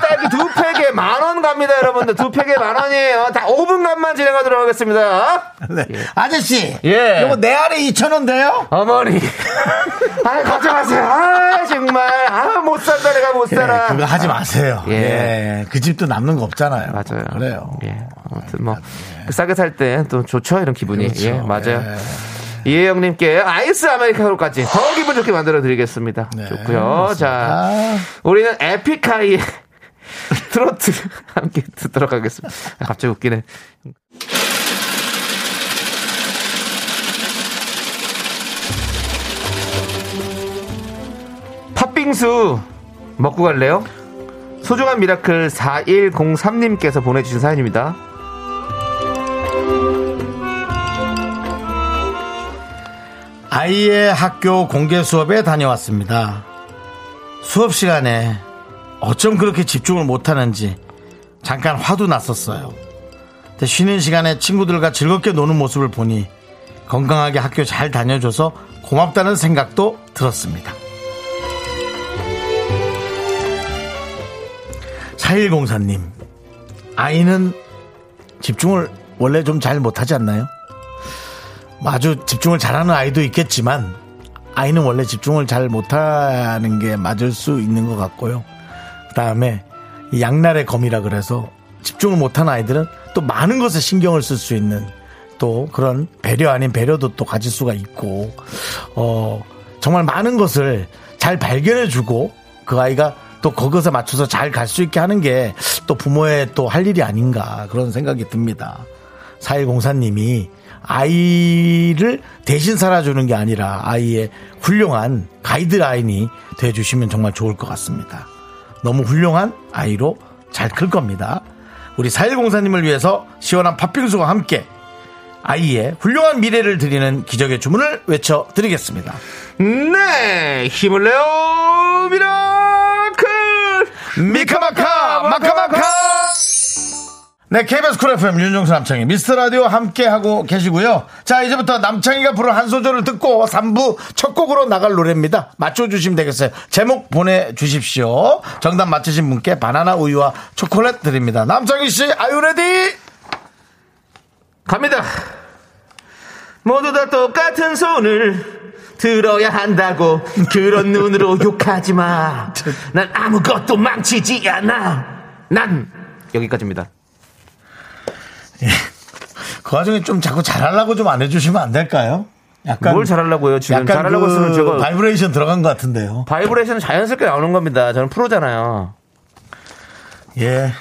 S2: 딸기 두 팩에 만 원 갑니다, 여러분들. 두 팩에 만 원이에요. 다 5분간만 진행하도록 하겠습니다.
S1: 네. 아저씨.
S2: 예.
S1: 이거 내 아래 2천 원 돼요? [LAUGHS]
S2: 어머니. 아, 가져가세요. 아, 정말. 아, 못 산다, 내가 못
S1: 예,
S2: 살아.
S1: 그거 하지 마세요.
S2: 예.
S1: 예. 그 집도 남는 거 없잖아요.
S2: 맞아요.
S1: 그래요. 예.
S2: 예. 아무튼 뭐, 싸게 살 때 또 좋죠, 이런 기분이.
S1: 그렇죠.
S2: 예, 맞아요. 이혜영님께 아이스 아메리카노까지 더 기분 좋게 만들어 드리겠습니다.
S1: 네,
S2: 좋고요. 자,
S1: 아.
S2: 우리는 에픽하이의 [LAUGHS] 트로트 함께 듣도록 하겠습니다. 아, 갑자기 웃기네. 팥빙수 먹고 갈래요? 소중한 미라클 4103님께서 보내주신 사연입니다.
S1: 아이의 학교 공개 수업에 다녀왔습니다. 수업 시간에 어쩜 그렇게 집중을 못하는지 잠깐 화도 났었어요. 근데 쉬는 시간에 친구들과 즐겁게 노는 모습을 보니 건강하게 학교 잘 다녀줘서 고맙다는 생각도 들었습니다. 4104님, 아이는 집중을 원래 좀 잘 못하지 않나요? 뭐 아주 집중을 잘하는 아이도 있겠지만 아이는 원래 집중을 잘 못하는 게 맞을 수 있는 것 같고요. 그 다음에 양날의 검이라 그래서 집중을 못한 아이들은 또 많은 것에 신경을 쓸 수 있는 또 그런 배려 아닌 배려도 또 가질 수가 있고, 어, 정말 많은 것을 잘 발견해주고 그 아이가 또 거기서 맞춰서 잘 갈 수 있게 하는 게 또 부모의 또 할 일이 아닌가 그런 생각이 듭니다. 4104님이 아이를 대신 살아주는 게 아니라 아이의 훌륭한 가이드라인이 돼주시면 정말 좋을 것 같습니다. 너무 훌륭한 아이로 잘 클 겁니다. 우리 4104님을 위해서 시원한 팥빙수와 함께 아이의 훌륭한 미래를 드리는 기적의 주문을 외쳐드리겠습니다.
S2: 네, 힘을 내요, 미라클!
S1: 아, 미카마카 마카마카 네 KBS 쿨 FM 윤종수 남창희 미스터라디오 함께하고 계시고요 자 이제부터 남창희가 부른 한 소절을 듣고 3부 첫 곡으로 나갈 노래입니다 맞춰주시면 되겠어요 제목 보내주십시오 정답 맞히신 분께 바나나 우유와 초콜릿 드립니다 남창희씨 아유레디
S2: 갑니다. 모두 다 똑같은 손을 들어야 한다고 그런 [LAUGHS] 눈으로 욕하지 마. 난 아무것도 망치지 않아. 난 여기까지입니다.
S1: 그 와중에 좀 자꾸 잘하려고 좀 안 해주시면 안 될까요? 약간
S2: 뭘 잘하려고요? 지금
S1: 약간
S2: 잘하려고
S1: 그
S2: 했으면 제가
S1: 바이브레이션 들어간 것 같은데요
S2: 바이브레이션 자연스럽게 나오는 겁니다. 저는 프로잖아요. [LAUGHS]
S1: 예.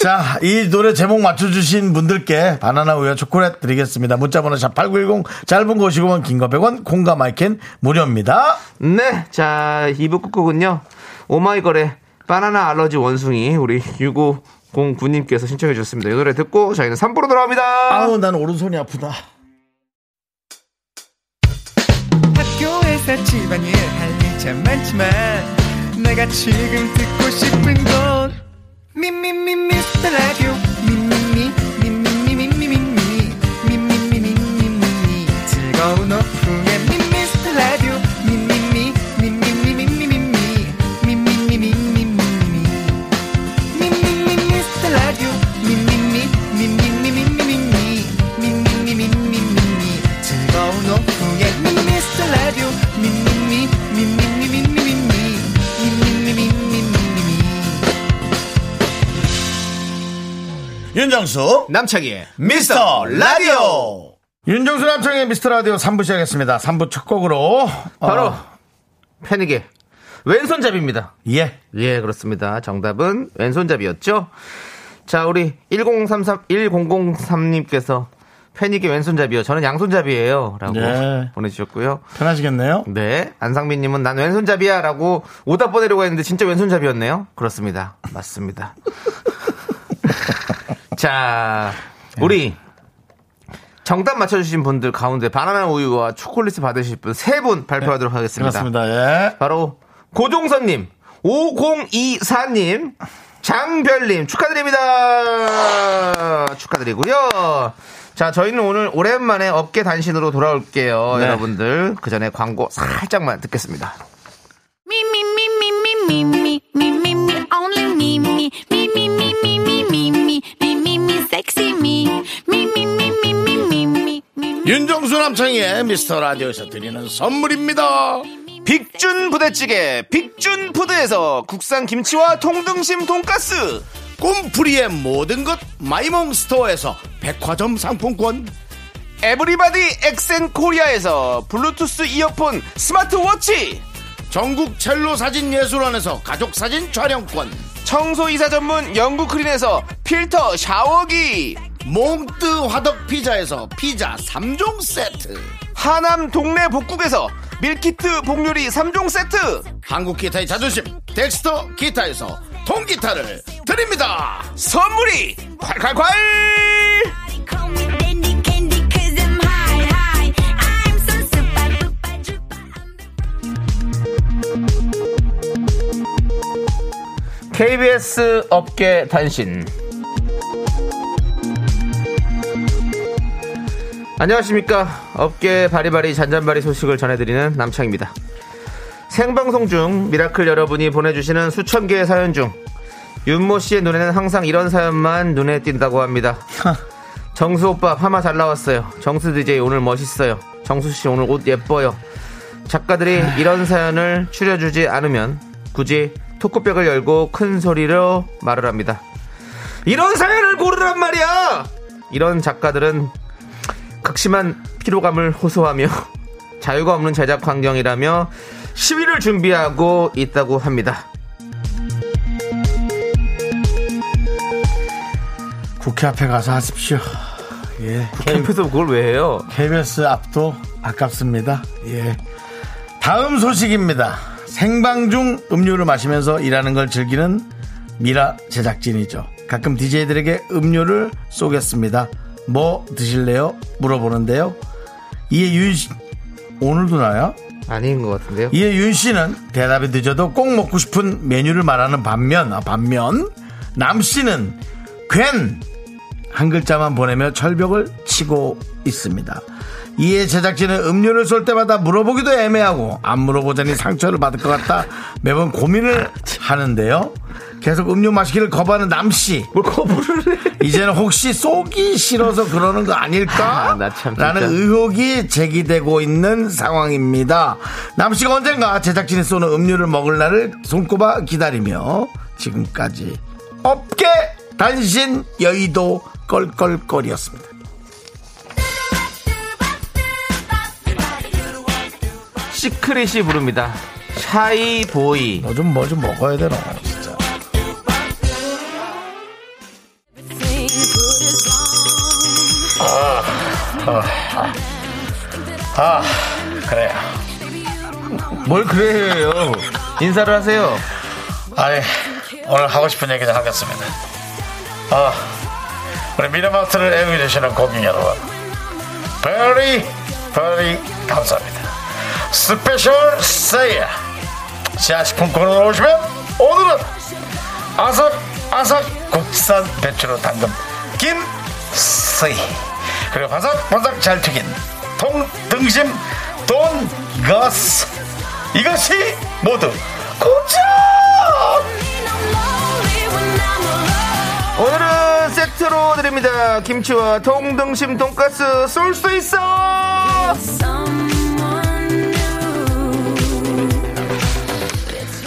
S1: 자, 이 노래 제목 맞춰주신 분들께 바나나 우유 초콜릿 드리겠습니다. 문자번호 샵8910, 짧은 거 50원, 긴거 100원, 콩과 마이켄 무료입니다.
S2: 네, 자 2부 끝곡은요. 오마이걸의 바나나 알러지 원숭이 우리 6509님께서 신청해 주셨습니다. 이 노래 듣고 저희는 3부로 돌아옵니다.
S1: 아우, 난 오른손이 아프다.
S5: 학교에서 집안일 할 일 참 많지만 내가 지금 듣고 싶은 건 미미미 미스터 라디오 미미미 미미미 미미미 미미미 미미미 즐거운 오후에 미스터 라디오 미미미 미미미 미미미 미미미 미미미 미미미 미스터 라디오 미미미 미미미 미미미 미미미 미미미 즐거운 오후에 미스터 라디오 미미미 미미미 미미미 미미미 미미미
S1: 윤정수,
S2: 남창희의
S1: 미스터 라디오! 윤정수 남창의 미스터 라디오 3부 시작했습니다. 3부 첫 곡으로. 어,
S2: 바로 패닉의 왼손잡이입니다.
S1: 예.
S2: 예, 그렇습니다. 정답은 왼손잡이였죠. 자, 우리 1033 1003님께서 패닉의 왼손잡이요. 저는 양손잡이예요라고
S1: 네.
S2: 보내주셨고요.
S1: 편하시겠네요?
S2: 네, 안상민님은 난 왼손잡이야라고 오답 보내려고 했는데 진짜 왼손잡이였네요. 그렇습니다. 맞습니다. [LAUGHS] 자, 우리 정답 맞춰주신 분들 가운데 바나나 우유와 초콜릿을 받으실 분 세 분 발표하도록 하겠습니다.
S1: 그렇습니다. 예.
S2: 바로 고종선님, 5024님, 장별님 축하드립니다. 축하드리고요. 자, 저희는 오늘 오랜만에 업계 단신으로 돌아올게요. 여러분들 그 전에 광고 살짝만 듣겠습니다.
S3: Me, me, me, me, me, me, me, me, me, me, only me, me, me, me, me, me, me, me, me, me, me, me, sexy me, me, me, me, me, me, me, me, me, me.
S1: 윤정수 남창의 미스터 라디오에서 드리는 선물입니다.
S2: 빅준 부대찌개, 빅준 푸드에서 국산 김치와 통등심 돈가스.
S1: 꿈풀이의 모든 것 마이몽 스토어에서 백화점 상품권.
S2: 에브리바디 엑센 코리아에서 블루투스 이어폰 스마트워치.
S1: 전국 첼로 사진 예술원에서 가족 사진 촬영권,
S2: 청소이사 전문 영국 크린에서 필터 샤워기.
S1: 몽뜨 화덕 피자에서 피자 3종 세트,
S2: 하남 동네 복국에서 밀키트 복요리 3종 세트
S1: 한국 기타의 자존심, 덱스터 기타에서 통기타를 드립니다.
S2: 선물이 콸콸콸
S3: Everybody call me Dandy Candy 'cause I'm high, high. I'm so super, duper, duper. I'm the
S2: KBS 업계 단신 안녕하십니까 업계 바리바리 잔잔바리 소식을 전해드리는 남창입니다 생방송 중 미라클 여러분이 보내주시는 수천 개의 사연 중 윤모 씨의 눈에는 항상 이런 사연만 눈에 띈다고 합니다 정수 오빠 파마 잘 나왔어요. 정수 DJ 오늘 멋있어요. 정수 씨 오늘 옷 예뻐요. 작가들이 이런 사연을 추려주지 않으면 굳이 토크백을 열고 큰 소리로 말을 합니다. 이런 사연을 고르란 말이야! 이런 작가들은 극심한 피로감을 호소하며 [LAUGHS] 자유가 없는 제작 환경이라며 시위를 준비하고 있다고 합니다.
S1: 국회 앞에 가서 하십시오. 예.
S2: 캠프에서 그걸 왜 해요?
S1: KBS 앞도 아깝습니다. 예. 다음 소식입니다. 생방 중 음료를 마시면서 일하는 걸 즐기는 미라 제작진이죠. 가끔 DJ들에게 음료를 쏘겠습니다. 뭐 드실래요? 물어보는데요. 이해윤 씨, 오늘도 나요?
S2: 아닌 것 같은데요?
S1: 예, 이해윤 씨는 대답이 늦어도 꼭 먹고 싶은 메뉴를 말하는 반면, 아, 반면, 남 씨는 괜! 한 글자만 보내며 철벽을 치고 있습니다. 이에 제작진은 음료를 쏠 때마다 물어보기도 애매하고 안 물어보자니 상처를 받을 것 같다 매번 고민을 하는데요. 계속 음료 마시기를 거부하는 남씨.
S2: 뭘 거부를 해?
S1: 이제는 혹시 쏘기 싫어서 그러는 거 아닐까?
S2: 아, 나참 진짜.
S1: 라는 의혹이 제기되고 있는 상황입니다. 남씨가 언젠가 제작진이 쏘는 음료를 먹을 날을 손꼽아 기다리며 지금까지 업계 단신 여의도 껄껄껄이었습니다.
S2: 시크릿이 부릅니다. 샤이보이.
S1: 너 좀 뭐 좀 먹어야 되나 진짜. 아, 그래요. 뭘 그래요?
S2: 인사를 하세요.
S1: 아니 오늘 하고 싶은 얘기 좀 하겠습니다. 아 우리 미래마스터를 애용해 주시는 고객 여러분, 베리 베리 감사합니다. 스페셜 세일 시아식품 코너로 오시면 오늘은 아삭 아삭 국산 배추로 담근 김쓰이 그리고 바삭 바삭 잘 튀긴 통 등심 돈가스 이것이 모두 고정.
S2: 오늘은 세트로 드립니다. 김치와 통등심 돈가스 쏠 수 있어!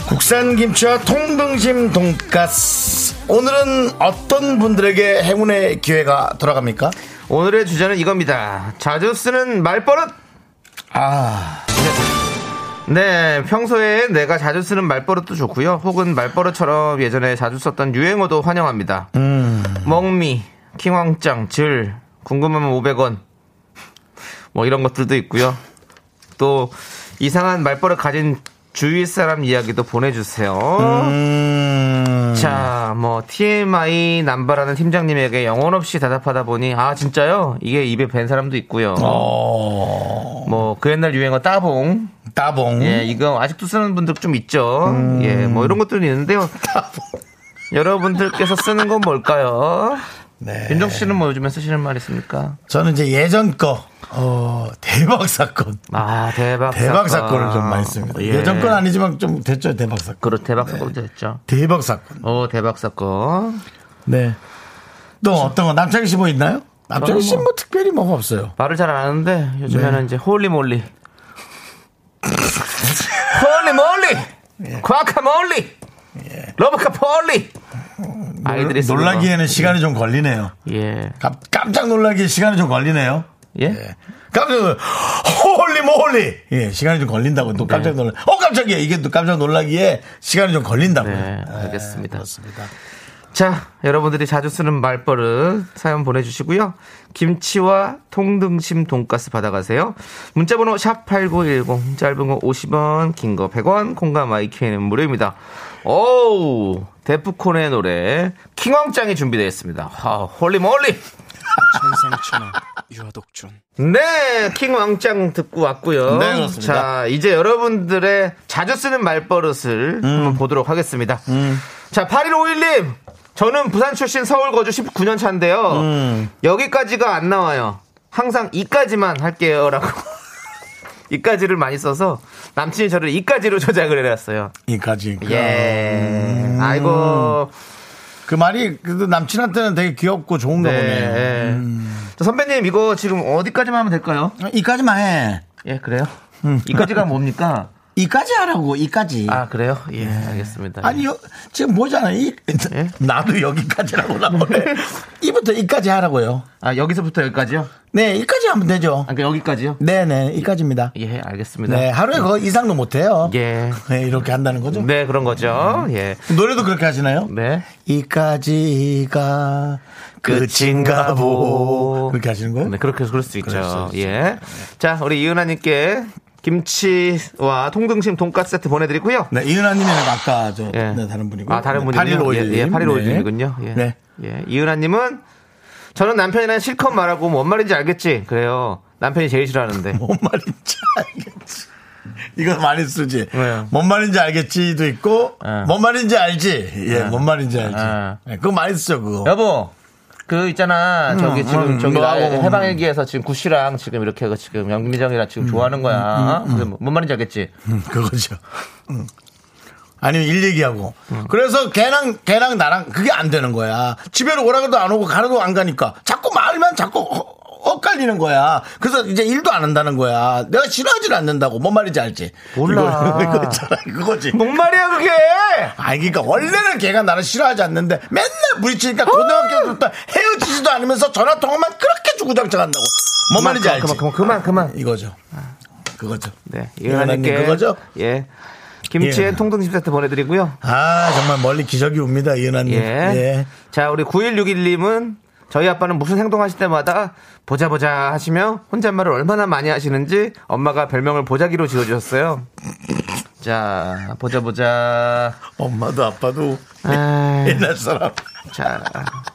S1: 국산 김치와 통등심 돈가스. 오늘은 어떤 분들에게 행운의 기회가 돌아갑니까?
S2: 오늘의 주제는 이겁니다. 자주 쓰는 말버릇!
S1: 아,
S2: 네, 평소에 내가 자주 쓰는 말버릇도 좋고요. 혹은 말버릇처럼 예전에 자주 썼던 유행어도 환영합니다. 멍미, 킹왕짱, 질, 궁금하면 500원. 뭐 이런 것들도 있고요. 또 이상한 말버릇 가진 주위 사람 이야기도 보내주세요.
S1: 음,
S2: 자, 뭐 TMI 남바라는 팀장님에게 영혼 없이 대답하다 보니 아 진짜요? 이게 입에 밴 사람도 있고요.
S1: 어,
S2: 뭐 그 옛날 유행어 따봉,
S1: 따봉.
S2: 예, 이거 아직도 쓰는 분들 좀 있죠. 예, 뭐 이런 것들이 있는데요. 여러분들께서 쓰는 건 뭘까요?
S1: 네.
S2: 윤정 씨는 뭐 요즘에 쓰시는 말 있습니까?
S1: 저는 이제 예전 거, 어, 대박 사건.
S2: 아 대박
S1: 대박 사건을 좀 많이 씁니다.
S2: 예.
S1: 예. 전건 아니지만 좀 됐죠, 대박 사건.
S2: 그렇 대박 사건 됐죠.
S1: 대박 사건.
S2: 오 대박 사건.
S1: 네. 또 어떤 거, 남창희 씨 뭐 있나요? 남창희 씨뭐 특별히 뭐가 없어요.
S2: 말을 잘 안 하는데 요즘에는 이제 홀리몰리 홀리몰리 과카몰리 러브카폴리 아이들이 쓰는
S1: 놀라기에는 시간이 좀 걸리네요.
S2: 거. 예.
S1: 깜- 깜짝 놀라기 시간이 좀 걸리네요.
S2: 예?
S1: 예. 깜짝 놀라 홀리 몰리 예 시간이 좀 걸린다고 또 깜짝
S2: 네.
S1: 놀라 어 깜짝이야 이게 또 깜짝 놀라기에 시간이 좀 걸린다고
S2: 네, 알겠습니다.
S1: 그렇습니다
S2: 자, 여러분들이 자주 쓰는 말버릇 사연 보내주시고요. 김치와 통등심 돈가스 받아가세요. 문자번호 샵8910, 짧은 거 50원, 긴 거 100원, 콩과 마이크는 무료입니다. 오우, 데프콘의 노래, 킹왕짱이 준비되어 있습니다. 하, 홀리몰리! 네, 킹왕짱 듣고 왔고요.
S1: 네, 그렇습니다.
S2: 자, 이제 여러분들의 자주 쓰는 말버릇을 한번 보도록 하겠습니다. 자, 8151님. 저는 부산 출신 서울 거주 19년 차인데요. 음. 여기까지가 안 나와요. 항상 이까지만 할게요라고. [LAUGHS] 이까지를 많이 써서 남친이 저를 이까지로 조작을 해놨어요.
S1: 이까지
S2: 예. 아이고.
S1: 그 말이 그래도 남친한테는 되게 귀엽고 좋은가
S2: 네. 음.
S1: 보네
S2: 예. 자, 선배님 이거 지금 어디까지만 하면 될까요?
S1: 이까지만 해
S2: 예, 그래요. 이까지가 뭡니까?
S1: 이까지 하라고 이까지.
S2: 아 그래요? 예, 알겠습니다.
S1: 아니요 지금 뭐잖아 이
S2: 예?
S1: [LAUGHS] 나도 여기까지라고
S2: [LAUGHS]
S1: 나오네 이부터 이까지 하라고요
S2: 아, 여기서부터 여기까지요?
S1: 네 이까지 하면 되죠
S2: 아, 그 여기까지요?
S1: 네네 이까지입니다
S2: 예, 알겠습니다.
S1: 네 하루에 그거 이상도 못해요
S2: 예.
S1: 네, 이렇게 한다는 거죠
S2: 네, 그런 거죠. 예.
S1: 노래도 그렇게 하시나요
S2: 네.
S1: 이까지가 끝인가 보 그렇게 하시는 거예요
S2: 네, 그렇게 해서 그럴 수 있죠.
S1: 그럴 수 있죠.
S2: 예. 자, 우리 이은하님께 김치와 통등심 돈가스 세트 보내드리고요.
S1: 네, 이은하님이 아까 저
S2: 예.
S1: 네, 다른 분이고
S2: 아, 다른 분이요.
S1: 8151님
S2: 예, 예, 8151님이군요. 예.
S1: 네.
S2: 예. 이은하님은 저는 남편이랑 실컷 말하고 뭔 말인지 알겠지. 그래요. 남편이
S1: [LAUGHS]
S2: 제일 싫어하는데.
S1: 뭔 말인지 알겠지. 이거 많이 쓰지.
S2: 왜요?
S1: 뭔 말인지 알겠지도 있고,
S2: 예.
S1: 뭔 말인지 알지. 예, 뭔 말인지 알지.
S2: 예.
S1: 예, 그거 많이 쓰죠,
S2: 어.
S1: 그거.
S2: 여보. 그 있잖아 저기 지금
S1: 음,
S2: 저기
S1: 음,
S2: 나
S1: 음.
S2: 해방일기에서 지금 구씨랑 지금 이렇게 하고 지금 영민정이랑 지금 좋아하는 거야 근데 뭐- 뭔 말인지 알겠지
S1: 음, 그거죠. 음. 아니면 일 얘기하고. 그래서 걔랑, 걔랑 나랑 그게 안 되는 거야. 집에로 오라고도 안 오고 가라도 안 가니까. 자꾸 말만 자꾸 어- 엇갈리는 거야. 그래서 이제 일도 안 한다는 거야. 내가 싫어하진 않는다고. 뭔 말인지 알지?
S2: 몰라.
S1: 이거, [LAUGHS] 이거 있잖아. 그거지.
S2: 뭔 말이야 그게
S1: 아니 그러니까 원래는 걔가 나를 싫어하지 않는데 맨날 부딪히니까 고등학교 때부터 헤어지지도 않으면서 전화 통화만 그렇게 주구장창 한다고. 뭔 말인지 알지?
S2: 그만 그만 그만
S1: 이거죠. 그거죠.
S2: 네,
S1: 이거는
S2: 이은하님께
S1: 그거죠?
S2: 예. 김치엔
S1: 예.
S2: 통등심 세트 보내드리고요.
S1: 아 정말 멀리 기적이 옵니다 이은하님.
S2: 예.
S1: 예.
S2: 자, 우리 9161님은 저희 아빠는 무슨 행동하실 때마다 보자 보자 하시며 혼잣말을 얼마나 많이 하시는지 엄마가 별명을 보자기로 지어주셨어요. 자, 보자 보자.
S1: 엄마도 아빠도
S2: 아,
S1: 옛날 사람.
S2: 자,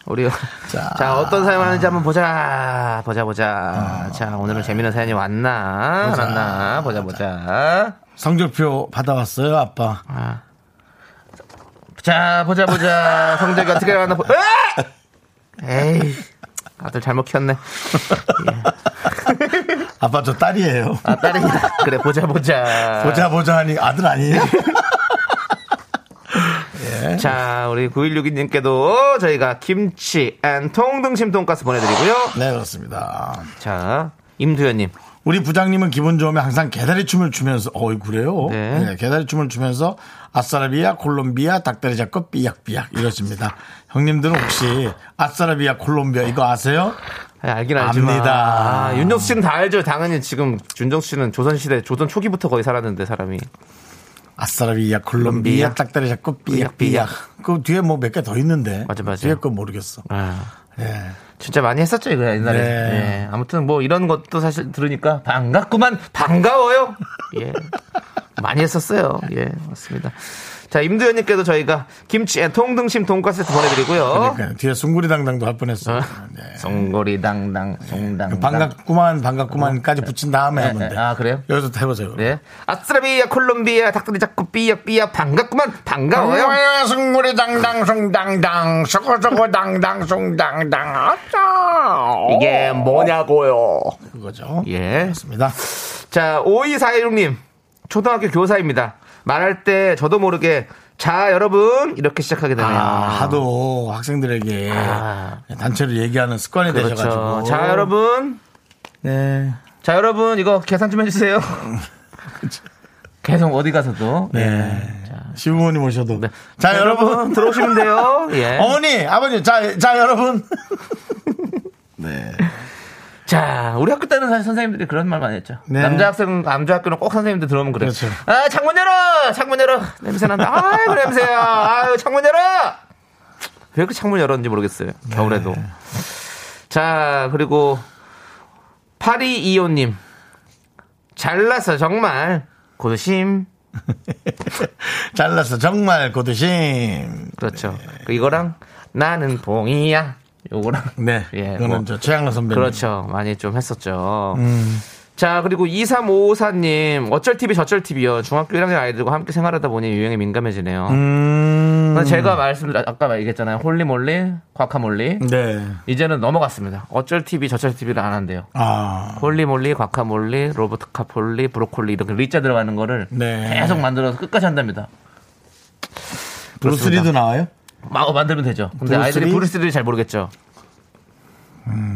S2: 우리
S1: 자.
S2: 자, 어떤 사연 하는지 한번 보자, 보자 보자. 자, 오늘은 재미있는 사연이 왔나,
S1: 보자.
S2: 안 왔나, 어. 네. 보자 보자.
S1: 성적표 받아왔어요 아빠.
S2: 아. 자, 보자, 보자. 성적이 어떻게 나왔나. 보... 으아! 에이. 아들 잘못 키웠네.
S1: [LAUGHS] 아빠 저 딸이에요.
S2: 아, 딸이다. 그래, 보자, 보자.
S1: 보자 보자 하니 아들 아니에요?
S2: 네. 자, 우리 9162님께도 저희가 김치 앤 통등심 돈가스 보내드리고요.
S1: [LAUGHS] 네 그렇습니다.
S2: 자, 임두현님.
S1: 우리 부장님은 기분 좋으면 항상 개다리 춤을 추면서 어이 그래요?
S2: 네.
S1: 네, 개다리 춤을 추면서 아싸라비아 콜롬비아 닭다리 잡고 삐약삐약 이러십니다. 형님들은 혹시 아싸라비아 콜롬비아 이거 아세요?
S2: 아니, 알긴 알지만.
S1: 압니다.
S2: 아, 윤정수 씨는 다 알죠. 당연히 지금 윤정수 씨는 조선시대, 조선 초기부터 거의 살았는데, 사람이.
S1: 아싸라비아 콜롬비아
S2: 콜롬비아.
S1: 닭다리 잡고 삐약삐약. 그 뒤에 뭐 몇 개 더 있는데.
S2: 맞아, 맞아.
S1: 뒤에 거 모르겠어.
S2: 아,
S1: 예.
S2: 진짜 많이 했었죠, 이거 옛날에.
S1: 네.
S2: 예, 아무튼 뭐 이런 것도 사실 들으니까 반갑구만, 반가워요. [LAUGHS] 예. 많이 했었어요. 예, 맞습니다. 자, 임두현님께도 저희가 김치, 에, 통등심 돈가스 세트 보내드리고요.
S1: 그러니까 뒤에 숭구리 당당도 할 뻔했어. 네.
S2: 송고리당당, 송당.
S1: 반갑구만 반갑구만까지 붙인 다음에 하면 돼.
S2: 어? 아, 그래요?
S1: 여기서 해보세요.
S2: 네. 아스트라비아, 콜롬비아, 닭다리 잡고 삐약삐약, 반갑구만, 반가워요.
S1: 승무리 당당 송당당 서고서고 당당 송당당 아싸
S2: 이게 뭐냐고요.
S1: 그거죠
S2: 네. 예.
S1: 맞습니다
S2: 자, 5246님. 초등학교 교사입니다. 말할 때 저도 모르게 자, 여러분 이렇게 시작하게 되네요.
S1: 아, 하도 학생들에게
S2: 아.
S1: 단체로 얘기하는 습관이
S2: 그렇죠.
S1: 되셔가지고
S2: 자, 여러분.
S1: 네.
S2: 자, 여러분 이거 계산 좀
S1: [LAUGHS]
S2: 해주세요. 계속 어디 가서도.
S1: 네. 시부모님 오셔도
S2: 네.
S1: 자 여러분
S2: 들어오시면 돼요.
S1: [LAUGHS]
S2: 예.
S1: 어머니 아버님 자, 자 여러분 [LAUGHS]
S2: 자, 우리 학교 때는 사실 선생님들이 그런 말 많이 했죠.
S1: 네.
S2: 남자 학생, 남자 학교는 꼭 선생님들 들어오면 그래요.
S1: 그렇죠.
S2: 아, 창문 열어! 창문 열어! 냄새 난다. 아이고, 냄새야. 아유, 창문 열어! 왜 그 창문 열었는지 모르겠어요. 겨울에도.
S1: 네.
S2: 자, 그리고, 파리이오님. 잘나서 정말 고심.
S1: 잘났어 정말 고드심
S2: 그렇죠.
S1: 네.
S2: 그 이거랑, 나는 봉이야. 요거랑.
S1: 네
S2: 예,
S1: 이거는
S2: 뭐.
S1: 저 최양락 선배님
S2: 그렇죠. 많이 좀 했었죠.
S1: 음.
S2: 자, 그리고 2354님, 어쩔 TV, 저쩔 TV요. 중학교 1학년 아이들과 함께 생활하다 보니 유행에 민감해지네요.
S1: 음.
S2: 근데 제가 말씀, 아까 얘기했잖아요. 홀리몰리, 과카몰리.
S1: 음. 네아
S2: 이제는 넘어갔습니다. 어쩔 TV, 저쩔 TV를 안 한대요.
S1: 아.
S2: 아, 홀리몰리, 과카몰리, 로봇카폴리, 브로콜리, 이렇게 리자 들어가는 거를
S1: 네.
S2: 계속 만들어서 끝까지 한답니다.
S1: 브루스리도 나와요?
S2: 막 만들면 되죠. 근데
S1: 브루스
S2: 아이들이
S1: 리? 음.
S2: 브루스리를 잘 모르겠죠.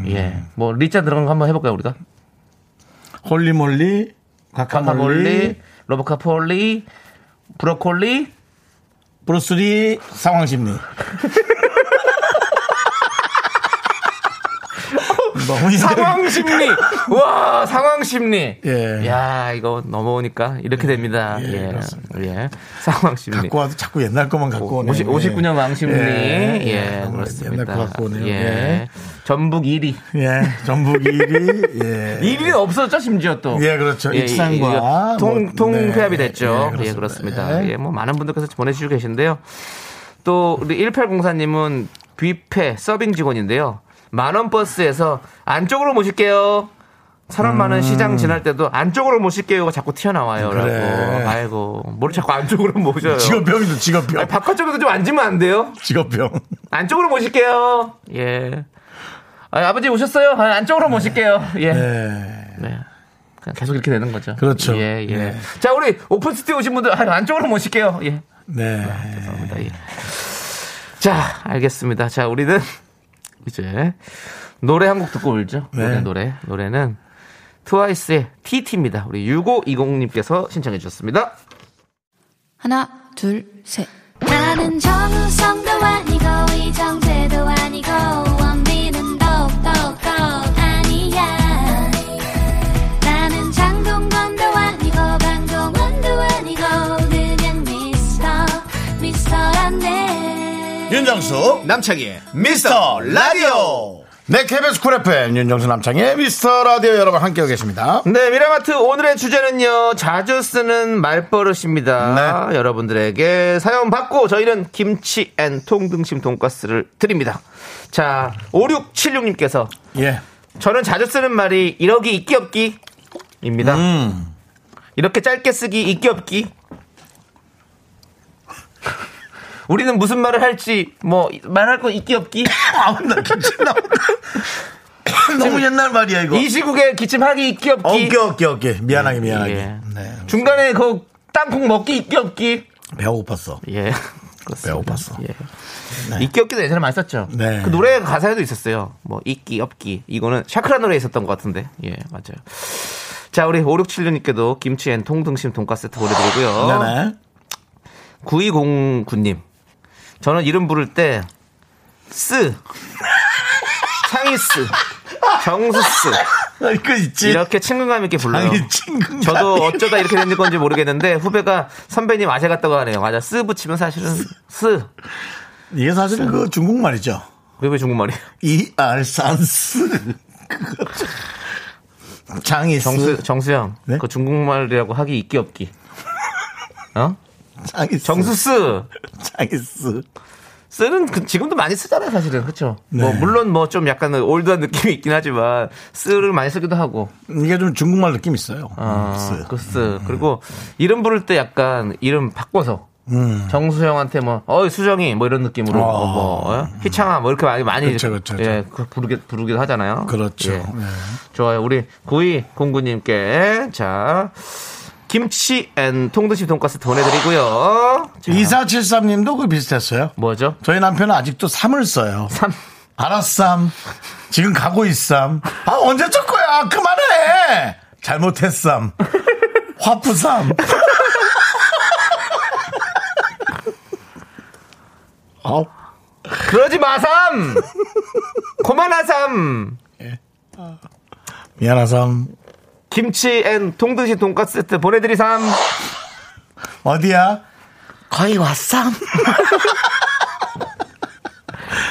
S2: 예. 뭐, 리자 들어간 거 한번 해볼까요, 우리가?
S1: 홀리몰리
S2: 과카몰리, 로보카폴리, 브로콜리,
S1: 브루스리
S2: [LAUGHS]
S1: 상황심리. 너무 힘들어.
S2: [LAUGHS] 상황심리. 와, 상황심리.
S1: 예.
S2: 야, 이거 넘어오니까 이렇게 됩니다.
S1: 예,
S2: 예.
S1: 그렇습니다.
S2: 예. 상황심리.
S1: 갖고 와도 자꾸 옛날 것만 갖고 오네.
S2: 50, 59년 왕심리. 예,
S1: 너무
S2: 그렇습니다.
S1: 옛날 것 갖고 오네요.
S2: 예.
S1: 예.
S2: 전북 1위.
S1: 예, 전북 1위.
S2: [LAUGHS]
S1: 예.
S2: 1위는 없어졌죠, 심지어 또.
S1: 예, 그렇죠.
S2: 이-
S1: 익산과
S2: 이거 통,
S1: 뭐,
S2: 통폐합이
S1: 네.
S2: 됐죠.
S1: 예,
S2: 예,
S1: 그렇습니다.
S2: 그렇습니다.
S1: 예.
S2: 예, 뭐 많은 분들께서 보내주시고 계신데요. 또 우리 1804님은 뷔페 서빙 직원인데요. 만원 버스에서 안쪽으로 모실게요. 사람 많은 시장 지날 때도 안쪽으로 모실게요가 자꾸 튀어나와요.
S1: 음. 그래.
S2: 라고. 아이고, 뭘 자꾸 안쪽으로 모셔요.
S1: 직업병이죠, 직업병.
S2: 아니, 바깥쪽에도 좀 앉으면 안 돼요?
S1: 직업병.
S2: 안쪽으로 모실게요. 예. 아, 아버지 오셨어요? 아, 안쪽으로 모실게요. [LAUGHS] 예.
S1: 예.
S2: 네. 그냥 계속 이렇게 되는 거죠.
S1: 그렇죠.
S2: 예, 예.
S1: 네.
S2: 자, 우리 오픈 스튜디오 오신 분들 아, 안쪽으로 모실게요. 예.
S1: 네.
S2: 감사합니다. 예. 자, 알겠습니다. 자, 우리는 [LAUGHS] 이제 노래 한 곡 듣고 울죠.
S1: 네.
S2: 노래, 노래. 노래는 트와이스의 TT입니다. 우리 6520님께서 신청해 주셨습니다.
S6: 하나, 둘, 셋.
S4: 나는 정우성도 아니고 이정재도 아니고 원빈은 더욱더 아니야 나는 장동건도 아니고 방종원도 아니고 그냥 미스터 미스터란데
S1: 윤정수, 남창희의 미스터 라디오. 네, KBS 쿨 FM, 윤정수, 남창희의 미스터 라디오 여러분 함께하고 계십니다.
S2: 네, 미라마트 오늘의 주제는요, 자주 쓰는
S1: 네.
S2: 말버릇입니다. 여러분들에게 사연 받고 저희는 김치 앤 통등심 돈가스를 드립니다. 자, 5676님께서
S1: 예.
S2: 저는 자주 쓰는 말이 이러기 있기 없기 입니다.
S1: 음.
S2: 이렇게 짧게 쓰기 있기 없기. 우리는 무슨 말을 할지 뭐 말할 거 있기 없기.
S1: [LAUGHS] 아나 기침 나온다. [LAUGHS] 너무 옛날 말이야, 이거.
S2: 이 시국에 기침하기 있기 없기.
S1: 어깨, 어깨, 어깨. 미안하게, 미안하게.
S2: 예.
S1: 네.
S2: 중간에 그 땅콩 먹기 있기 없기.
S1: 배고팠어.
S2: 예. [LAUGHS]
S1: 배고팠어.
S2: 예. 있기 없기도 예전에 많이 썼죠.
S1: 네.
S2: 그 노래 가사에도 있었어요. 뭐 있기 없기 이거는 샤크라 노래에 있었던 것 같은데. 예 맞아요. 자 우리 5676님께도 김치 앤 통등심 돈가스 세트 보내드리고요.
S1: 네네.
S2: 9209님. 저는 이름 부를 때, 쓰. 창이스. 정수스.
S1: 아, 이거 있지.
S2: 이렇게 친근감 있게 불러요.
S1: 아니, 친구.
S2: 저도 어쩌다 이렇게 된 건지 모르겠는데, 후배가 선배님 아재 같다고 하네요. 맞아. 쓰 붙이면 사실은 쓰.
S1: 이게 사실 그 중국말이죠.
S2: 그게 왜 중국말이에요? [LAUGHS]
S1: 이알산스. 장이스.
S2: 정수, 정수형.
S1: 네?
S2: 그 중국말이라고 하기 있기 없기. 어?
S1: 장이스.
S2: 정수스.
S1: 장이스.
S2: 쓰는 그 지금도 많이 쓰잖아요, 사실은. 그렇죠? 뭐
S1: 네.
S2: 물론 뭐 좀 약간 올드한 느낌이 있긴 하지만 쓰를 많이 쓰기도 하고.
S1: 이게 좀 중국말 느낌 있어요.
S2: 아,
S1: 음, 쓰.
S2: 그 쓰. 그리고 이름 부를 때 약간 이름 바꿔서
S1: 음.
S2: 정수형한테 뭐, 어이, 수정이 뭐 이런 느낌으로
S1: 어.
S2: 뭐, 뭐, 어? 희창아 뭐 이렇게 많이, 많이
S1: 그쵸, 그쵸, 그쵸.
S2: 예, 그 부르게, 부르기도 하잖아요.
S1: 그렇죠.
S2: 예.
S1: 네.
S2: 좋아요. 우리 구이 공구님께 자, 김치 앤 통등심 돈가스 보내드리고요. 자,
S1: 2473님도 그 비슷했어요.
S2: 뭐죠?
S1: 저희 남편은 아직도 삼을 써요.
S2: 삼.
S1: 알았삼. 지금 가고 있삼. 아, 언제 쳤 거야? 그만해! 잘못했삼. 화푸삼. [LAUGHS] 어?
S2: 그러지 마삼! [LAUGHS] 고만하삼!
S1: 미안하삼.
S2: 김치 앤 통등심 돈가스 세트 보내드리삼!
S1: 어디야?
S2: 거의 왔삼!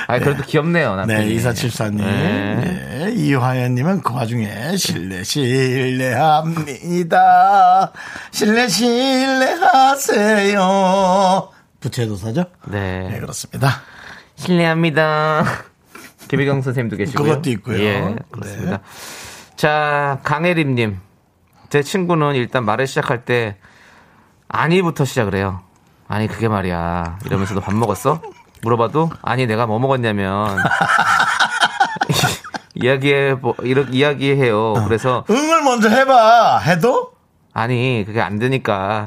S2: 아, 그래도 귀엽네요, 남편이.
S1: 네, 2474님.
S2: 네.
S1: 예, 이화연님은 그 와중에 실례, 실례합니다. 실례, 실례하세요. 부채도사죠?
S2: 네.
S1: 네, 그렇습니다.
S2: 실례합니다. [LAUGHS] 김희경 선생님도 계시고요.
S1: 그것도 있고요. 네.
S2: 예, 그렇습니다. 자, 강혜림님. 제 친구는 일단 말을 시작할 때, 아니부터 시작을 해요. 아니, 그게 말이야. 이러면서도 밥 먹었어? 물어봐도, 아니, 내가 뭐 먹었냐면, [LAUGHS] 이야기해, 보- 이렇게 이야기해요.
S1: 어.
S2: 그래서,
S1: 응을 먼저 해봐. 해도?
S2: 아니 그게 안 되니까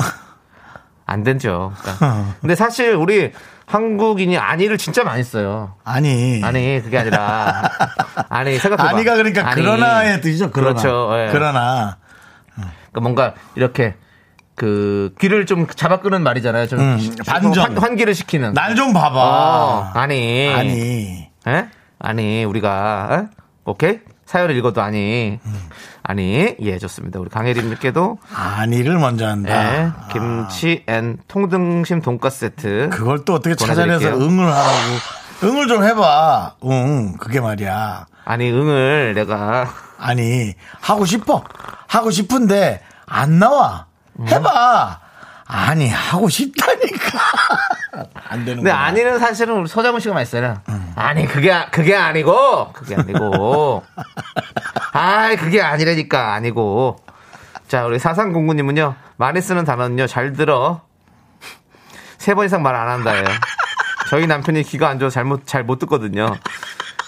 S2: 안 되죠. 그러니까. 근데 사실 우리 한국인이 아니를 진짜 많이 써요.
S1: 아니.
S2: 예. 아니 그게 아니라 아니 생각해봐.
S1: 아니가 그러니까
S2: 아니.
S1: 그러나의 뜻이죠. 그러나.
S2: 그렇죠. 예.
S1: 그러나.
S2: 그러니까 그러니까 뭔가 이렇게 그 귀를 좀 잡아 끄는 말이잖아요. 좀
S1: 음,
S2: 시-
S1: 반전.
S2: 환, 환기를 시키는.
S1: 날 좀 봐봐.
S2: 음. 어, 아니.
S1: 아니.
S2: 에? 아니 우리가 에? 오케이 사연을 읽어도 아니
S1: 음.
S2: 아니 예 좋습니다 우리 강혜림님께도
S1: 아니를 먼저
S2: 예,
S1: 한다.
S2: 김치 앤 통등심 돈가스 세트
S1: 그걸 또 어떻게 찾아내서
S2: 보내드릴게요.
S1: 응을 하라고. 응을 좀 해봐. 응, 그게 말이야.
S2: 아니 응을 내가
S1: 아니, 하고 싶어. 하고 싶은데 안 나와.
S2: 음.
S1: 해봐. 아니, 하고
S2: [LAUGHS]
S1: 싶다니까. 네, 안 되는
S2: 근데
S1: 거야.
S2: 아니는 사실은 우리 서장훈 씨가 말했잖아 아니 그게 아- 그게 아니고 그게 아니고 아이 그게 아니라니까 아니고 자 우리 사상공구님은요 많이 쓰는 단어는요 잘 들어 세 번 이상 말 안 한다예요. 저희 남편이 귀가 안 좋아 잘못 잘 못 듣거든요.